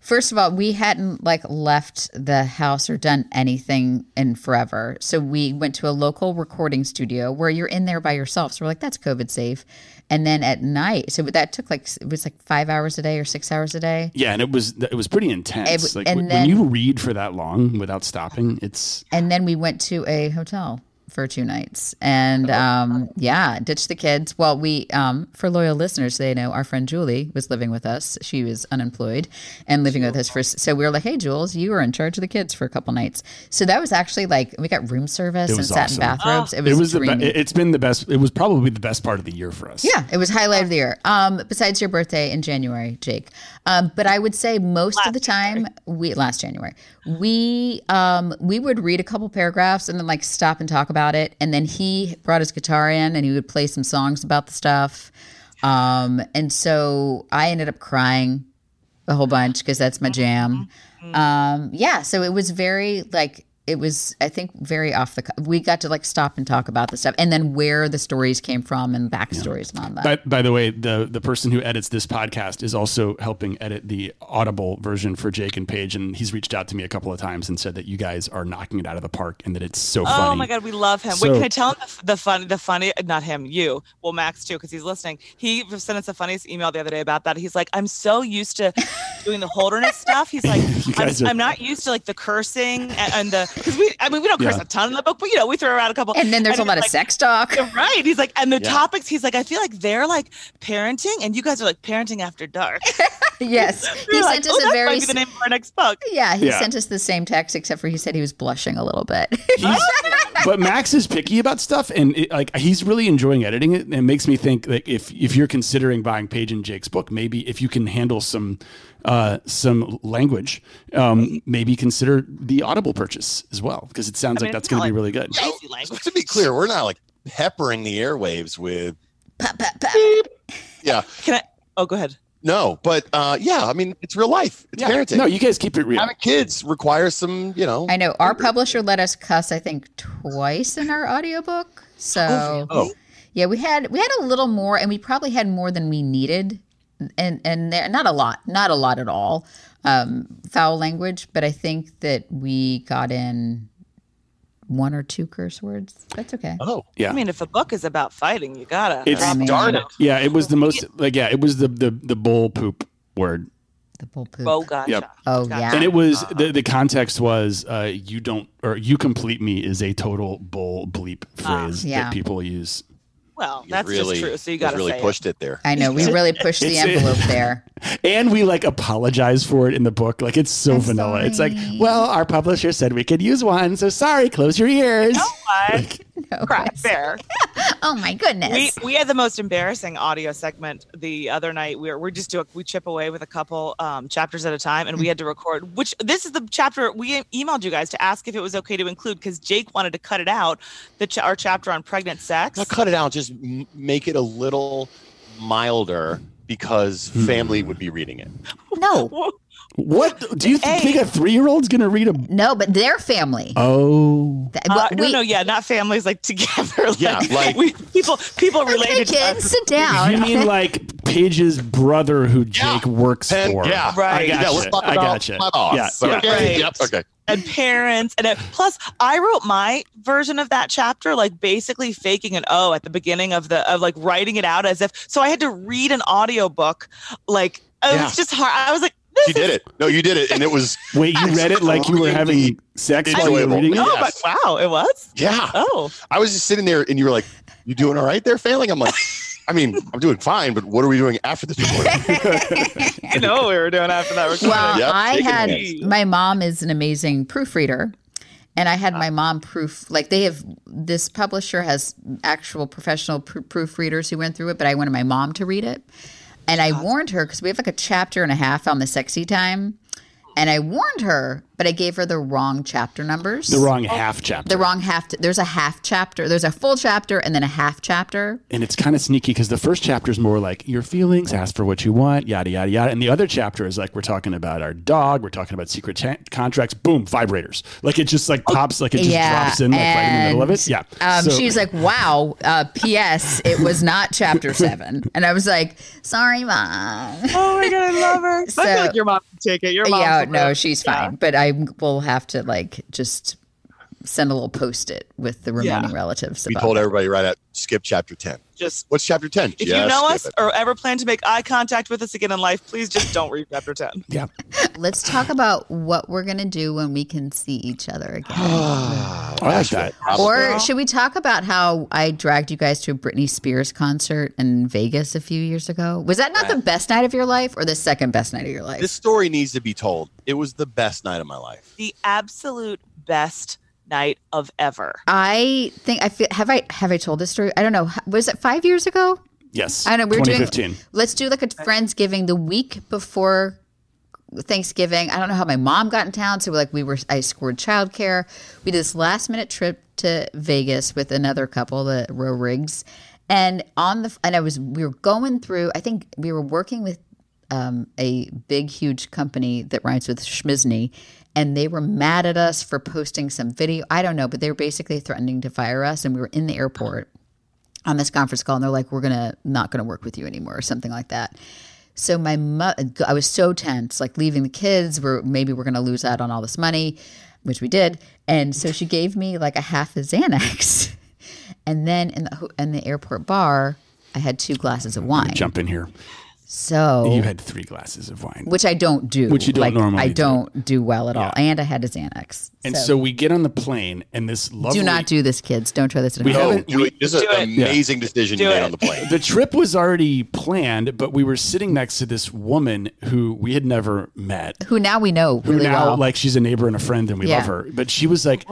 Speaker 3: first of all, we hadn't like left the house or done anything in forever. So we went to a local recording studio where you're in there by yourself. So we're like, that's COVID safe. And then at night, so that took like it was like five hours a day or six hours a day.
Speaker 4: Yeah, and it was it was pretty intense.
Speaker 3: It-
Speaker 4: like
Speaker 3: and
Speaker 4: when
Speaker 3: then-
Speaker 4: you read for that long without stopping, it's
Speaker 3: And then we went to a hotel for two nights.
Speaker 4: Oh,
Speaker 3: And um, yeah, ditched the kids. Well, we, um, for loyal listeners, they know our friend Julie was living with us. She was unemployed and living with us for, so we were like, hey, Jules, you were in charge of the kids for a couple nights. So that was actually like, we got room service and
Speaker 4: was
Speaker 3: sat
Speaker 4: awesome.
Speaker 3: in bathrobes. It
Speaker 4: it
Speaker 3: was,
Speaker 4: was the
Speaker 3: dreamy.
Speaker 4: be- it's been the best. It was probably the best part of the year for us.
Speaker 3: Yeah, it was highlight of the year. Um, besides your birthday in January, Jake. Um, but I would say most of the time we last January we um we would read a couple paragraphs and then like stop and talk about it, and then he brought his guitar in and he would play some songs about the stuff. Um, and so I ended up crying a whole bunch because that's my jam. Um, yeah, so it was very like it was I think very off the. cu- We got to like stop and talk about the stuff, and then where the stories came from and backstories and all that.
Speaker 4: By, by the way, the the person who edits this podcast is also helping edit the Audible version for Jake and Paige, and he's reached out to me a couple of times and said that you guys are knocking it out of the park and that it's so funny.
Speaker 6: Oh my god, we love him.
Speaker 4: So-
Speaker 6: Wait, can I tell him the, the fun, the funny? Not him, you. Well, Max too, because he's listening. He sent us the funniest email the other day about that. He's like, I'm so used to doing the holderness stuff. He's like, I'm,
Speaker 4: guys are-
Speaker 6: I'm not used to like the cursing and, and the because we. I mean, we don't curse
Speaker 4: Yeah.
Speaker 6: a ton in the book, but you know, we throw around a couple.
Speaker 3: and then there's a
Speaker 6: he's
Speaker 3: lot of
Speaker 6: like,
Speaker 3: sex talk.
Speaker 6: "You're Right. He's like, and the
Speaker 5: Yeah.
Speaker 6: topics, he's like, I feel like they're like parenting, and you guys are like parenting after dark.
Speaker 3: yes,
Speaker 6: We're
Speaker 3: he
Speaker 6: like,
Speaker 3: sent
Speaker 6: "Oh,
Speaker 3: us a
Speaker 6: that
Speaker 3: very.
Speaker 6: might be the name of our next book.
Speaker 3: yeah, he
Speaker 4: Yeah.
Speaker 3: sent us the same text except for he said he was blushing a little bit.
Speaker 4: He's- but Max is picky about stuff, and it, like he's really enjoying editing it. And it makes me think that if if you're considering buying Paige and Jake's book, maybe if you can handle some uh, some language, um, maybe consider the Audible purchase as well because it sounds
Speaker 6: I mean,
Speaker 4: like that's
Speaker 6: it's
Speaker 4: going
Speaker 6: not
Speaker 4: to be
Speaker 6: like-
Speaker 4: really good.
Speaker 6: Crazy language.
Speaker 5: to be clear, we're not like peppering the airwaves with. Yeah.
Speaker 6: Can I? Oh, go ahead.
Speaker 5: No, but uh, yeah, I mean, it's real life. It's parenting.
Speaker 4: No, you guys keep it real.
Speaker 5: Having kids requires some, you know.
Speaker 3: I know our publisher let us cuss I think twice in our audiobook. So
Speaker 5: Oh.
Speaker 3: yeah, we had we had a little more and we probably had more than we needed and and there not a lot, not a lot at all. Um foul language, but I think that we got in one or two curse words. That's okay.
Speaker 5: Oh,
Speaker 4: Yeah.
Speaker 6: I mean, if a book is about fighting, you gotta.
Speaker 4: It's
Speaker 6: drop
Speaker 3: mean-
Speaker 5: darn it.
Speaker 4: Yeah, it was the most like yeah, it was the the the bull poop word.
Speaker 3: The bull poop.
Speaker 6: Bo gotcha.
Speaker 4: Yep.
Speaker 3: Oh yeah.
Speaker 4: And it was the the context was uh you don't or you complete me is a total bull bleep phrase
Speaker 3: yeah.
Speaker 4: that people use.
Speaker 6: Well,
Speaker 5: You
Speaker 6: that's
Speaker 5: really,
Speaker 6: just true. So you
Speaker 5: you've
Speaker 6: gotta
Speaker 5: really
Speaker 6: say it.
Speaker 5: pushed it, there.
Speaker 3: I know we really pushed the
Speaker 4: It's-
Speaker 3: envelope there.
Speaker 4: And we like apologize for it in the book. Like it's so
Speaker 3: I'm
Speaker 4: vanilla. It's like,
Speaker 3: sorry.
Speaker 4: well, our publisher said we could use one, so sorry, close your ears.
Speaker 6: But
Speaker 3: No,
Speaker 6: crap
Speaker 3: it's-
Speaker 6: there.
Speaker 3: Oh my goodness.
Speaker 6: We we had the most embarrassing audio segment the other night. We were we just do a, we chip away with a couple um, chapters at a time,
Speaker 5: Mm-hmm.
Speaker 6: and we had to record. Which this is the chapter we e, emailed you guys to ask if it was okay to include because Jake wanted to cut it out. The ch- our chapter on pregnant sex.
Speaker 5: Not cut it out, just m- make it a little milder because
Speaker 4: Hmm.
Speaker 5: family would be reading it.
Speaker 3: no.
Speaker 4: What do you th-
Speaker 6: Hey.
Speaker 4: think a three year old's gonna read a
Speaker 3: No, but their family.
Speaker 4: Oh
Speaker 3: Th-
Speaker 6: Uh,
Speaker 3: what
Speaker 6: no,
Speaker 3: we-
Speaker 6: no, yeah, not families like together. Like,
Speaker 5: Yeah, like-
Speaker 6: we, people, people
Speaker 3: Okay,
Speaker 6: related. to us.
Speaker 3: kids, sit down.
Speaker 4: you mean like Paige's brother who Jake works
Speaker 5: Pen-
Speaker 4: for?
Speaker 5: yeah,
Speaker 6: Right.
Speaker 4: I gotcha.
Speaker 5: Yeah, let's talk
Speaker 4: I
Speaker 5: about
Speaker 4: gotcha.
Speaker 5: my boss.
Speaker 4: Yeah, yeah.
Speaker 5: Okay.
Speaker 6: Right.
Speaker 5: Yep. Okay.
Speaker 6: and parents and it, plus i wrote my version of that chapter like basically faking an o at the beginning of the of like writing it out as if so i had to read an audiobook like it
Speaker 5: Yeah.
Speaker 6: was just hard i was like this
Speaker 5: You did
Speaker 6: is
Speaker 5: it. No, you did it, and it was
Speaker 4: Wait, you read it like you were having sex while you were
Speaker 5: Enjoyable.
Speaker 4: reading it?
Speaker 6: no oh,
Speaker 5: Yes.
Speaker 6: but wow it was
Speaker 5: yeah.
Speaker 6: oh
Speaker 5: I was just sitting there, and you were like, "You doing all right there, failing?" I'm like, "I mean, I'm doing fine, but what are we doing after this recording?"
Speaker 6: you know what we were doing after that recording
Speaker 3: Well,
Speaker 5: Yep,
Speaker 3: I
Speaker 5: shaking
Speaker 3: had
Speaker 5: hands.
Speaker 3: my mom is an amazing proofreader, and I had
Speaker 6: Uh.
Speaker 3: my mom proof. Like they have this publisher has actual professional pr- proofreaders who went through it, but I wanted my
Speaker 6: Uh.
Speaker 3: mom to read it, and I warned her because we have like a chapter and a half on the sexy time. And I warned her, but I gave her the wrong chapter numbers.
Speaker 4: The wrong half chapter.
Speaker 3: The wrong half. there's a half chapter. There's a full chapter and then a half chapter.
Speaker 4: and it's kind of sneaky because the first chapter is more like your feelings, ask for what you want, yada yada yada, and the other chapter is like we're talking about our dog, we're talking about secret cha- contracts, boom, vibrators, like it just like pops, like it just drops in like right in the middle of it. Yeah,
Speaker 3: Oh, and, Um,
Speaker 4: So-
Speaker 3: she's like, wow, uh, P.S. It was not chapter seven. And I was like, sorry, mom.
Speaker 6: Oh my god, I love her. I
Speaker 3: So-
Speaker 6: feel like your mom can take it. Your mom.
Speaker 3: yeah, no, she's fine. But I will have to like just send a little post it with the remaining
Speaker 6: Yeah.
Speaker 3: relatives.
Speaker 5: We
Speaker 3: about
Speaker 5: told
Speaker 3: it.
Speaker 5: everybody right out, skip chapter 10.
Speaker 6: Just
Speaker 5: What's chapter 10?
Speaker 6: if you know us or ever plan to make eye contact with us again in life, please just don't read chapter ten.
Speaker 4: yeah,
Speaker 3: Let's talk about what we're gonna do when we can see each other
Speaker 4: Oh,
Speaker 3: again.
Speaker 4: I like that.
Speaker 3: or should we talk about how I dragged you guys to a Britney Spears concert in Vegas a few years ago? Was that not the best night of your life or the second best night of your life?
Speaker 5: This story needs to be told. It was the best night of my life.
Speaker 6: The absolute best night of ever.
Speaker 3: Um, I think I feel have I have I told this story? I don't know. Was it five years ago?
Speaker 4: Yes,
Speaker 3: I know we were doing.
Speaker 4: 2015.
Speaker 3: Let's do like a friendsgiving the week before Thanksgiving. I don't know how my mom got in town, so like we were. I scored childcare. We did this last minute trip to Vegas with another couple, the Row Riggs, and on the and I was we were going through. I think we were working with um, a big, huge company that rhymes with Schmizney, and they were mad at us for posting some video. I don't know, but they were basically threatening to fire us, and we were in the airport on this conference call, and they're like, "We're gonna not gonna work with you anymore," or something like that. So my mo- I was so tense, like leaving the kids. We're maybe we're gonna lose out on all this money, which we did. And so she gave me like a half a Xanax, and then in the ho- in the airport bar, I had two glasses of wine.
Speaker 4: Jump in here.
Speaker 3: So
Speaker 4: You had three glasses of wine.
Speaker 3: which I don't do.
Speaker 4: Which you don't
Speaker 3: like,
Speaker 4: normally
Speaker 3: I
Speaker 4: do.
Speaker 3: don't do, well at all. And I had a Xanax.
Speaker 4: and
Speaker 3: So
Speaker 4: so, we get on the plane, and this lovely.
Speaker 3: do not do this, kids. Don't try this at
Speaker 4: We
Speaker 3: home.
Speaker 5: No,
Speaker 4: haven't-
Speaker 5: do it. Oh, This is
Speaker 6: Do
Speaker 5: an
Speaker 6: it. Yeah.
Speaker 5: amazing decision you
Speaker 6: Do
Speaker 5: made
Speaker 6: it.
Speaker 5: on the plane.
Speaker 4: The trip was already planned, but we were sitting next to this woman who we had never met.
Speaker 3: Who now we know
Speaker 4: who
Speaker 3: really
Speaker 4: now
Speaker 3: well.
Speaker 4: like she's a neighbor and a friend and we
Speaker 3: Yeah.
Speaker 4: love her but she was like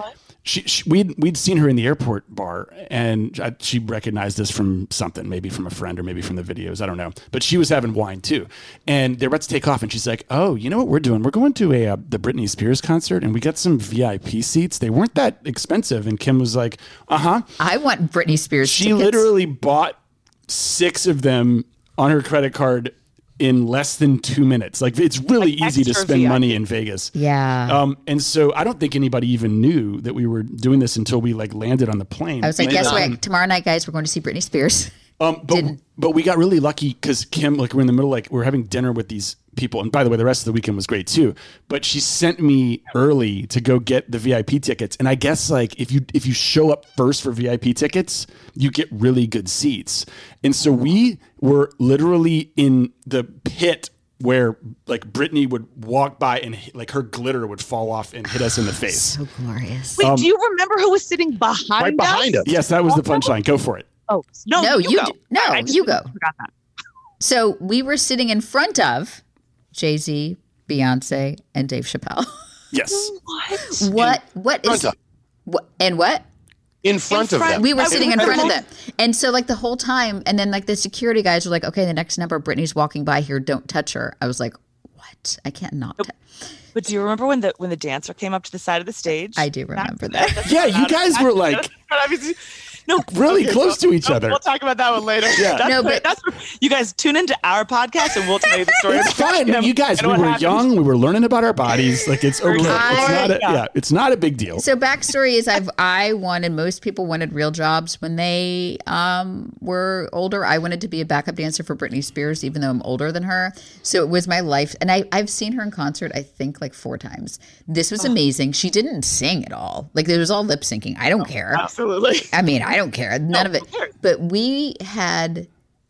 Speaker 4: she, she we'd we'd seen her in the airport bar and I, she recognized this from something maybe from a friend or maybe from the videos I don't know but she was having wine too and they're about to take off and she's like oh you know what we're doing we're going to a uh, the Britney Spears concert and we got some VIP seats they weren't that expensive and Kim was like uh huh
Speaker 3: I want Britney Spears.
Speaker 4: she
Speaker 3: tickets.
Speaker 4: literally bought six of them on her credit card in less than two minutes like it's really easy to
Speaker 6: extra
Speaker 4: spend
Speaker 6: VIP.
Speaker 4: money in Vegas
Speaker 3: Yeah.
Speaker 4: um, and so I don't think anybody even knew that we were doing this until we like landed on the plane.
Speaker 3: I was like,
Speaker 4: Landed
Speaker 3: guess
Speaker 4: on-
Speaker 3: what? Tomorrow night, guys, we're going to see Britney Spears.
Speaker 4: Um, but but we got really lucky because Kim, like, we're in the middle, like, we're having dinner with these people. And by the way, the rest of the weekend was great too. But she sent me early to go get the VIP tickets. And I guess like if you if you show up first for VIP tickets, you get really good seats. And so we were literally in the pit where like Brittany would walk by and like her glitter would fall off and hit us in the face.
Speaker 3: So glorious.
Speaker 6: Wait, do you remember who was sitting behind
Speaker 5: Right behind us.
Speaker 4: Yes, that was the punchline. Go for it.
Speaker 6: Oh no,
Speaker 3: No, you
Speaker 6: go.
Speaker 3: d- no,
Speaker 6: I just
Speaker 3: you go.
Speaker 6: Forgot that.
Speaker 3: So we were sitting in front of Jay Z, Beyonce, and Dave Chappelle.
Speaker 4: Yes.
Speaker 6: What?
Speaker 3: what? What is?
Speaker 5: front of.
Speaker 3: What, and what?
Speaker 5: In front of
Speaker 6: front-
Speaker 5: them.
Speaker 3: We were
Speaker 6: I
Speaker 3: sitting in
Speaker 6: was-
Speaker 3: front of them. And so like the whole time and then like the security guys were like, Okay, the next number Brittany's walking by here, don't touch her. I was like, What? I can't not tou-
Speaker 6: But do you remember when the when the dancer came up to the side of the stage?
Speaker 3: I do remember that.
Speaker 4: Yeah, you guys were like
Speaker 6: no,
Speaker 4: really close to each
Speaker 6: no,
Speaker 4: other.
Speaker 6: We'll talk about that one later.
Speaker 4: Yeah.
Speaker 6: that's
Speaker 3: No, but-
Speaker 6: that's you guys tune into our podcast and we'll tell you the story.
Speaker 4: It's
Speaker 6: about
Speaker 4: fine.
Speaker 6: him
Speaker 4: You guys,
Speaker 6: and
Speaker 4: we
Speaker 6: what
Speaker 4: were
Speaker 6: happened.
Speaker 4: young. We were learning about our bodies. Like it's okay. It's not a,
Speaker 6: I-
Speaker 4: yeah, it's not a big deal.
Speaker 3: So backstory is I've I wanted most people wanted real jobs when they um were older. I wanted to be a backup dancer for Britney Spears, even though I'm older than her. So it was my life and I, I've seen her in concert I think like four times. This was amazing. She didn't sing at all. Like there was all lip syncing. I don't care.
Speaker 6: Absolutely.
Speaker 3: I mean, I don't care. None of it. But we had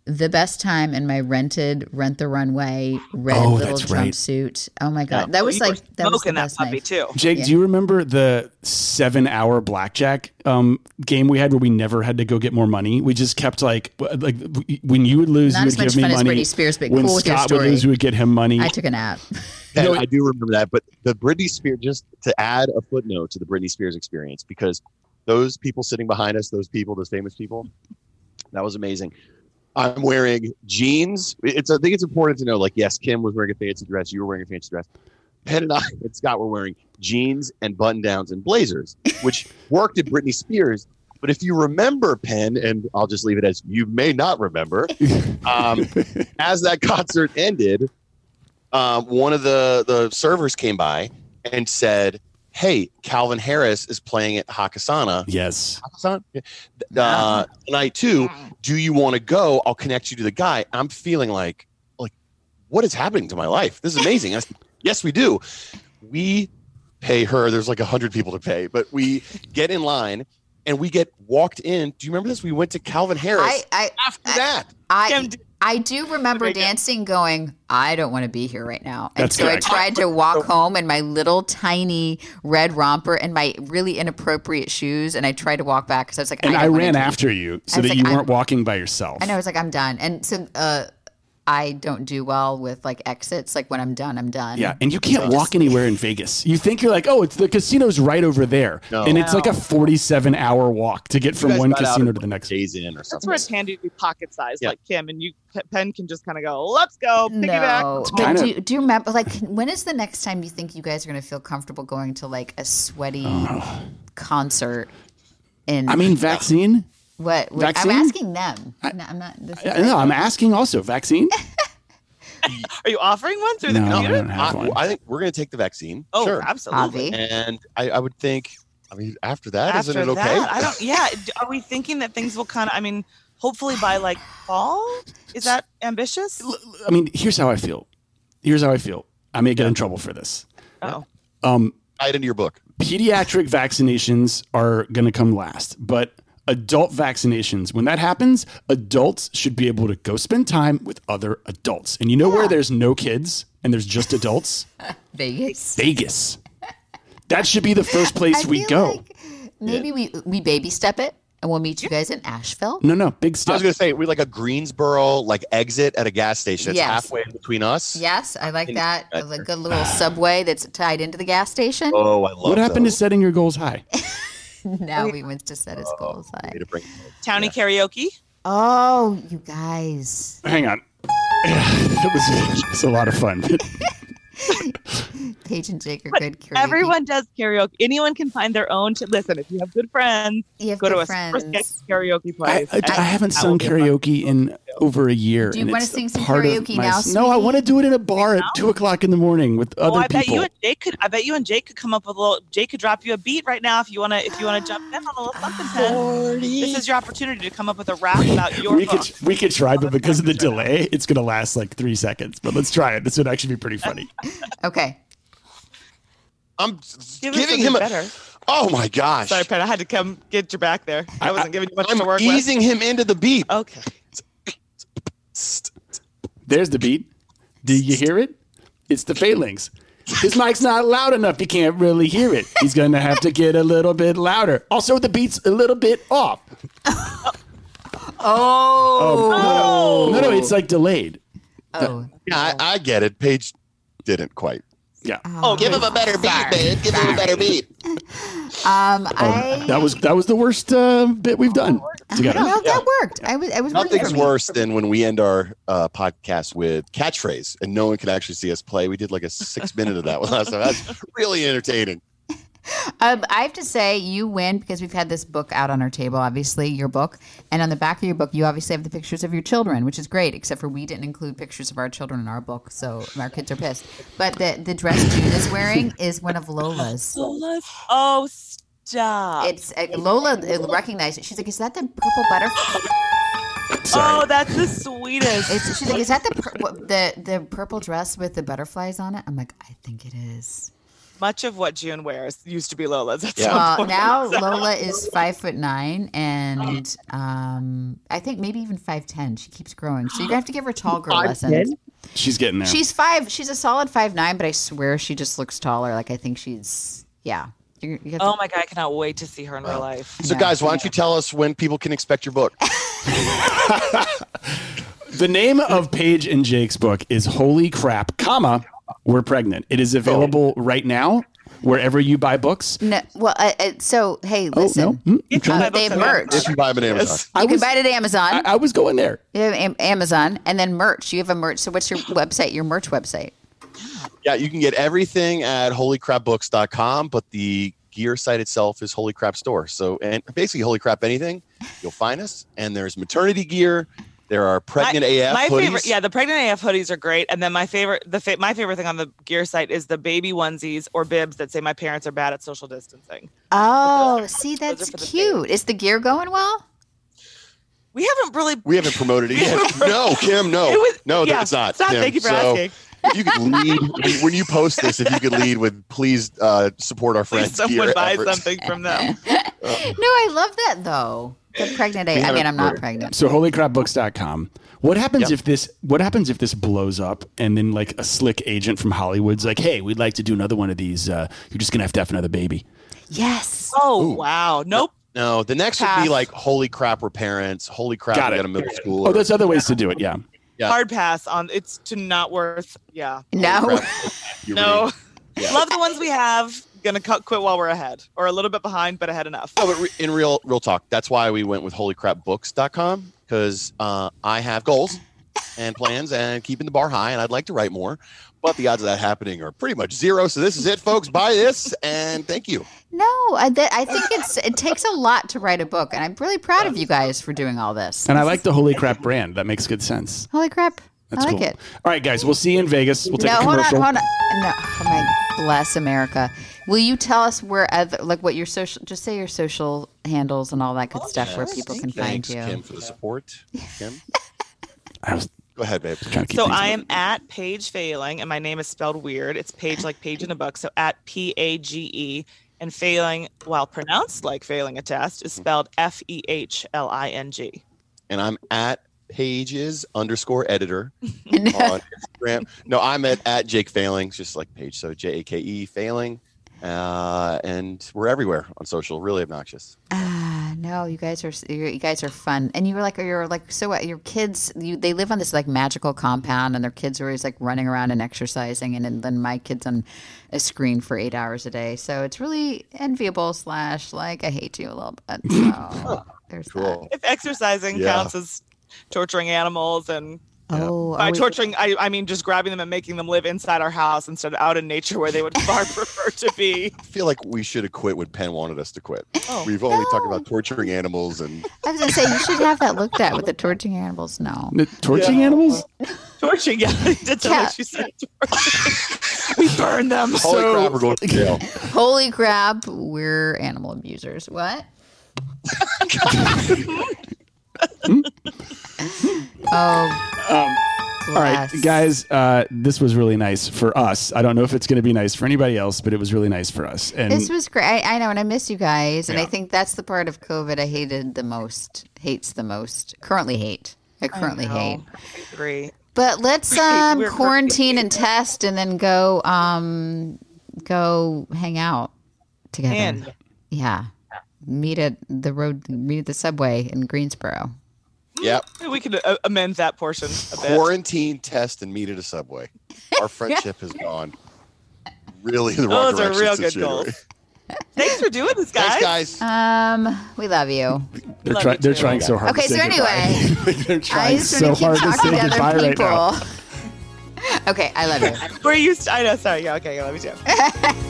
Speaker 3: the best time in my rented Rent the Runway red
Speaker 4: Oh,
Speaker 3: little
Speaker 4: that's right.
Speaker 3: jumpsuit. Oh my god, that was
Speaker 6: You were
Speaker 3: like that was the
Speaker 6: smoking
Speaker 3: best
Speaker 6: that puppy
Speaker 3: night.
Speaker 6: too.
Speaker 4: Jake, do you remember the seven-hour blackjack um, game we had where we never had to go get more money? We just kept like, w- like w- when you would lose,
Speaker 3: Not
Speaker 4: you
Speaker 3: as
Speaker 4: would give
Speaker 3: much
Speaker 4: me
Speaker 3: fun as
Speaker 4: money.
Speaker 3: Britney Spears, but
Speaker 4: when
Speaker 3: cool with your
Speaker 4: Scott would
Speaker 3: story.
Speaker 4: lose, we would get him money.
Speaker 3: I took a nap.
Speaker 5: Yeah, I do remember that. But the Britney Spears, just to add a footnote to the Britney Spears experience, because those people sitting behind us, those people, those famous people, that was amazing. I'm wearing jeans. It's I think it's important to know, like, yes, Kim was wearing a fancy dress. You were wearing a fancy dress. Penn and I and Scott were wearing jeans and button downs and blazers, which worked at Britney Spears. But if you remember Penn, and I'll just leave it as you may not remember, um, as that concert ended, um, one of the, the servers came by and said, Hey, Calvin Harris is playing at Hakasana
Speaker 7: Yes.
Speaker 3: Ah.
Speaker 5: uh, night two. Do you want to go? I'll connect you to the guy. I'm feeling like, like, what is happening to my life? This is amazing. I said, yes, we do. We pay her. There's like a hundred people to pay, but we get in line and we get walked in. Do you remember this? We went to Calvin Harris
Speaker 3: I, I,
Speaker 5: after that.
Speaker 3: I,
Speaker 6: Damn, dude.
Speaker 3: I do remember dancing going, I don't want to be here right now. And
Speaker 4: That's
Speaker 3: so
Speaker 4: correct.
Speaker 3: I tried to walk home in my little tiny red romper and my really inappropriate shoes. And I tried to walk back because I was like,
Speaker 4: And I,
Speaker 3: don't wanna
Speaker 4: ran
Speaker 3: do-
Speaker 4: after you so
Speaker 3: I was like,
Speaker 4: that you
Speaker 3: I'm-
Speaker 4: weren't walking by yourself.
Speaker 3: And I was like, I'm done. And so uh, I don't do well with like exits. Like when I'm done, I'm done.
Speaker 4: Yeah, and you can't walk anywhere in Vegas. You think you're like, oh, it's the casino's right over there,
Speaker 5: No.
Speaker 4: and it's like a 47 hour walk to get
Speaker 5: You
Speaker 4: from
Speaker 5: guys
Speaker 4: one
Speaker 5: got out
Speaker 4: casino
Speaker 5: at
Speaker 4: to the next.
Speaker 5: Days in or something.
Speaker 6: That's where it's handy to be pocket sized
Speaker 5: Yeah.
Speaker 6: like Kim, and you Penn can just kind of go, let's go,
Speaker 3: No,
Speaker 6: piggyback.
Speaker 3: but
Speaker 4: Kinda-
Speaker 3: do, do you remember? Like, when is the next time you think you guys are going to feel comfortable going to like a sweaty concert? In
Speaker 4: I mean, vaccine.
Speaker 3: what? what- I'm
Speaker 4: vaccine?
Speaker 3: asking them. I, am not. This is,
Speaker 4: I- No, I'm asking also vaccine.
Speaker 6: Are you offering one through the
Speaker 4: No,
Speaker 6: computer?
Speaker 4: I don't have
Speaker 5: I,
Speaker 4: one.
Speaker 5: I think we're going to take the vaccine.
Speaker 6: Oh,
Speaker 5: sure.
Speaker 6: absolutely.
Speaker 3: Avi.
Speaker 5: And I, I would think, I mean, after that,
Speaker 6: After
Speaker 5: not it okay?
Speaker 6: that, I don't. Yeah, d- are we thinking that things will kind of? I mean, hopefully by like fall. Is that ambitious?
Speaker 4: I mean, here's how I feel. Here's how I feel. I may get in trouble for this.
Speaker 6: Oh,
Speaker 5: Tie it into your book.
Speaker 4: Pediatric vaccinations are going to come last, but adult vaccinations, when that happens, adults should be able to go spend time with other adults. And you know where there's no kids and there's just adults?
Speaker 3: Vegas.
Speaker 4: Vegas. That should be the first place we
Speaker 3: feel
Speaker 4: go.
Speaker 3: like maybe we we baby step it, and we'll meet you guys in Asheville.
Speaker 4: no, no, big
Speaker 5: I
Speaker 4: stuff.
Speaker 5: was gonna say we like a Greensboro like exit at a gas station. It's
Speaker 3: Yes.
Speaker 5: halfway in between us.
Speaker 3: Yes, I like that. I like a little subway that's tied into the gas station.
Speaker 5: Oh, I love.
Speaker 4: what happened
Speaker 5: those.
Speaker 4: to setting your goals high?
Speaker 3: now we went to set his goals.
Speaker 5: Way to bring it home.
Speaker 6: towny karaoke.
Speaker 3: Oh, you guys.
Speaker 4: Hang on. it, was, it was a lot of fun.
Speaker 3: Paige and Jake are good karaoke.
Speaker 6: Everyone does karaoke. Anyone can find their own. To, listen, if you have good friends,
Speaker 3: You have
Speaker 6: go to
Speaker 3: good
Speaker 6: a super
Speaker 3: friends.
Speaker 6: sketchy karaoke
Speaker 4: I,
Speaker 6: place.
Speaker 4: I, I haven't sung karaoke in over a year.
Speaker 3: Do you
Speaker 4: and
Speaker 3: wanna
Speaker 4: it's
Speaker 3: sing some
Speaker 4: part of
Speaker 3: karaoke
Speaker 4: my-
Speaker 3: now,
Speaker 4: No, I
Speaker 3: sweetie?
Speaker 4: want to do it in a bar at two o'clock in the morning with
Speaker 6: Oh,
Speaker 4: other
Speaker 6: I bet
Speaker 4: people.
Speaker 6: you and Jake could. I bet you and Jake could come up with a little. Jake could drop you a beat right now if you want to. If you want to jump in on a little something. Pen. This is your opportunity to come up with a rap about your
Speaker 4: we
Speaker 6: book.
Speaker 4: could we could try, but because of the delay, it's gonna last like three seconds. But let's try it. This would actually be pretty funny.
Speaker 3: Okay.
Speaker 5: I'm
Speaker 6: Give us
Speaker 5: giving
Speaker 6: something
Speaker 5: him a.
Speaker 6: better.
Speaker 5: Oh my gosh!
Speaker 6: Sorry, Penn. I had to come get your back there. I wasn't giving you much
Speaker 5: I'm
Speaker 6: to work
Speaker 5: easing him into the beat.
Speaker 6: with. Okay.
Speaker 4: There's the beat. Do you hear it? It's the phalanx. His mic's not loud enough. You can't really hear it. He's gonna have to get a little bit louder. Also, the beat's a little bit off.
Speaker 3: Oh.
Speaker 4: No, no, it's like delayed.
Speaker 3: Oh.
Speaker 5: Yeah, I, I get it. Paige didn't quite.
Speaker 4: Yeah.
Speaker 6: Oh, give
Speaker 5: a better beat, babe. Give him a better beat.
Speaker 3: Um, I,
Speaker 4: That was that was the worst uh, bit we've done together.
Speaker 3: no, that worked. I was, I was working
Speaker 5: Nothing's
Speaker 3: for me.
Speaker 5: worse than when we end our uh, podcast with catchphrase and no one can actually see us play. We did like a six minute of that one last time. That's really entertaining.
Speaker 3: Um, I have to say, you win because we've had this book out on our table, obviously, your book. And on the back of your book, you obviously have the pictures of your children, which is great, except for we didn't include pictures of our children in our book. So our kids are pissed. But the, the dress June is wearing is one of Lola's.
Speaker 6: Lola's. Oh, stop.
Speaker 3: It's uh, Lola uh, recognized it. She's like, "Is that the purple butterfly?"
Speaker 6: Oh, that's the sweetest.
Speaker 3: It's, she's like, "Is that the pur- what- the the purple dress with the butterflies on it?" I'm like, "I think it is."
Speaker 6: Much of what June wears used to be Lola's. At
Speaker 5: Yeah.
Speaker 6: some
Speaker 3: Well,
Speaker 6: point.
Speaker 3: Uh, now Lola is five foot nine, and um, I think maybe even five ten. She keeps growing, so you're gonna have to give her tall girl lessons.
Speaker 4: She's getting there.
Speaker 3: She's five. She's a solid five nine, but I swear she just looks taller. Like I think she's yeah. You're, you have to-
Speaker 6: Oh my god, I cannot wait to see her in real life.
Speaker 5: So, guys, why don't you tell us when people can expect your book?
Speaker 4: The name of Paige and Jake's book is Holy Crap, comma, We're Pregnant. It is available right now wherever you buy books.
Speaker 3: No, well, uh, uh, so hey, listen,
Speaker 4: no. Hmm?
Speaker 6: If you buy
Speaker 3: Uh, they
Speaker 6: books on
Speaker 3: merge.
Speaker 5: If you buy them on Amazon.
Speaker 3: you can buy it at Amazon.
Speaker 4: I, I was going there.
Speaker 3: You have Am- Amazon and then merch. You have a merch. So what's your website? Your merch website?
Speaker 5: yeah, you can get everything at holycrapbooks.com, but the gear site itself is Holy Crap Store. So, and basically, Holy Crap Anything, you'll find us. And there's maternity gear. There are pregnant
Speaker 6: my,
Speaker 5: AF
Speaker 6: my
Speaker 5: hoodies.
Speaker 6: favorite yeah the pregnant af hoodies are great and then my favorite the fa- my favorite thing on the gear site is the baby onesies or bibs that say my parents are bad at social distancing
Speaker 3: Oh, see, that's
Speaker 6: for the
Speaker 3: cute. Is the gear going well?
Speaker 6: we haven't really
Speaker 5: We haven't promoted it yet. no, Kim, no.
Speaker 6: It was-
Speaker 5: no,
Speaker 6: yeah,
Speaker 5: that's not.
Speaker 6: it's not.
Speaker 5: Kim.
Speaker 6: Thank you for
Speaker 5: So,
Speaker 6: asking.
Speaker 5: If you could lead when you post this, if you could lead with please uh, support our
Speaker 6: please
Speaker 5: friends.
Speaker 6: someone
Speaker 5: gear
Speaker 6: buy
Speaker 5: efforts."
Speaker 6: something from them
Speaker 3: No, I love that though. The pregnant A. I mean, I'm not pregnant.
Speaker 4: So holycrapbooks.com. What happens if this what happens if this blows up and then like a slick agent from Hollywood's like, "Hey, we'd like to do another one of these. Uh, you're just going to have to have another baby."
Speaker 3: Yes.
Speaker 6: oh wow nope
Speaker 5: No, the next would
Speaker 6: Pass.
Speaker 5: be like, holy crap, we're parents. Holy crap,
Speaker 4: Got
Speaker 5: we
Speaker 4: it.
Speaker 5: got a middle school.
Speaker 4: Oh, there's other ways to do it. Yeah.
Speaker 5: Yeah.
Speaker 6: hard pass on it's to not worth yeah
Speaker 3: No.
Speaker 6: no love the ones we have gonna cut quit while we're ahead or a little bit behind but ahead enough
Speaker 5: No, Oh, but re- in real real talk, that's why we went with holycrapbooks.com because uh, I have goals and plans and keeping the bar high, and I'd like to write more. But the odds of that happening are pretty much zero. So this is it, folks. Buy this and thank you.
Speaker 3: No, I, th- I think it's it takes a lot to write a book, and I'm really proud of you guys for doing all this.
Speaker 4: And I like the Holy Crap brand. That makes good sense.
Speaker 3: Holy crap!
Speaker 4: That's
Speaker 3: I like
Speaker 4: cool.
Speaker 3: it.
Speaker 4: All right, guys, we'll see you in Vegas. We'll take
Speaker 3: no,
Speaker 4: a
Speaker 3: hold on,
Speaker 4: commercial.
Speaker 3: hold on. No, oh my bless America. Will you tell us where other like what your social? Just say your social handles and all that good stuff where people can find
Speaker 5: Thanks,
Speaker 3: you.
Speaker 5: Kim, for the support. Kim,
Speaker 4: I was
Speaker 5: go ahead, babe.
Speaker 4: trying to keep
Speaker 6: so
Speaker 4: things
Speaker 6: I am at Paige Failing, and my name is spelled weird. It's Paige like Page in a book. So at P A G E, and Failing, while pronounced like failing a test,
Speaker 5: Hmm.
Speaker 6: is spelled F E H L I N G.
Speaker 5: And I'm at pages underscore editor on Instagram. No, I'm at, at Jake Failing, just like page. So J A K E Failing. Uh, and we're everywhere on social. Really obnoxious.
Speaker 3: Ah, no, you guys are you you guys are fun, and you were like you're like so what? Your kids, you, they live on this like magical compound, and their kids are always like running around and exercising, and, and then my kids on a screen for eight hours a day. So it's really enviable. Slash, like I hate you a little bit. So there's
Speaker 5: Cool.
Speaker 6: If exercising
Speaker 5: Yeah.
Speaker 6: counts as torturing animals and
Speaker 3: that. Oh,
Speaker 6: by
Speaker 3: are we-
Speaker 6: torturing, I, I mean just grabbing them and making them live inside our house instead of out in nature where they would far prefer to be.
Speaker 5: feel like we should have quit when Penn wanted us to quit. We've only talked about torturing animals and
Speaker 3: I was gonna say you should have that looked at with the torturing animals. No,
Speaker 4: The torching animals?
Speaker 6: Torturing, yeah, I did tell
Speaker 3: Yeah.
Speaker 6: her she said torturing. we burn them.
Speaker 5: holy crap, we're going to jail.
Speaker 3: holy crap, we're animal abusers. What? oh,
Speaker 4: Um, All right,
Speaker 3: bless.
Speaker 4: guys, uh, this was really nice for us. I don't know if it's going to be nice for anybody else, but it was really nice for us. And
Speaker 3: This was great. I, I know, and I miss you guys. And I think that's the part of COVID I hated the most, hates the most, currently hate. I currently hate.
Speaker 6: Agree.
Speaker 3: But let's um,
Speaker 6: We're-
Speaker 3: quarantine and test, and then go um, go hang out together.
Speaker 5: Mm-hmm.
Speaker 6: And-
Speaker 3: yeah, meet at the road, meet at the subway in Greensboro.
Speaker 5: Yep.
Speaker 6: We could uh, amend that portion a bit.
Speaker 5: Quarantine test and meet at a subway. Our friendship has gone really the wrong
Speaker 6: Those are Oh,
Speaker 5: direction
Speaker 6: real
Speaker 5: since
Speaker 6: good
Speaker 5: January.
Speaker 6: goals. Thanks for doing this, guys.
Speaker 5: Thanks, guys.
Speaker 3: Um, we love you.
Speaker 4: they're,
Speaker 6: love
Speaker 4: try-
Speaker 6: you
Speaker 4: they're
Speaker 6: too.
Speaker 4: trying so hard
Speaker 3: Okay,
Speaker 4: to
Speaker 3: so
Speaker 4: say goodbye.
Speaker 3: anyway,
Speaker 4: they're
Speaker 3: I
Speaker 4: trying
Speaker 3: just
Speaker 4: so
Speaker 3: want to
Speaker 4: hard
Speaker 3: keep
Speaker 4: to say
Speaker 3: talking to
Speaker 4: goodbye
Speaker 3: other
Speaker 4: right now.
Speaker 3: people. okay, I love you.
Speaker 6: Were you? St- I know. Sorry. Yeah. Okay. Let me do.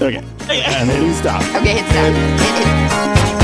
Speaker 4: Okay. And then stop.
Speaker 3: Okay, hit stop. Hit- hit-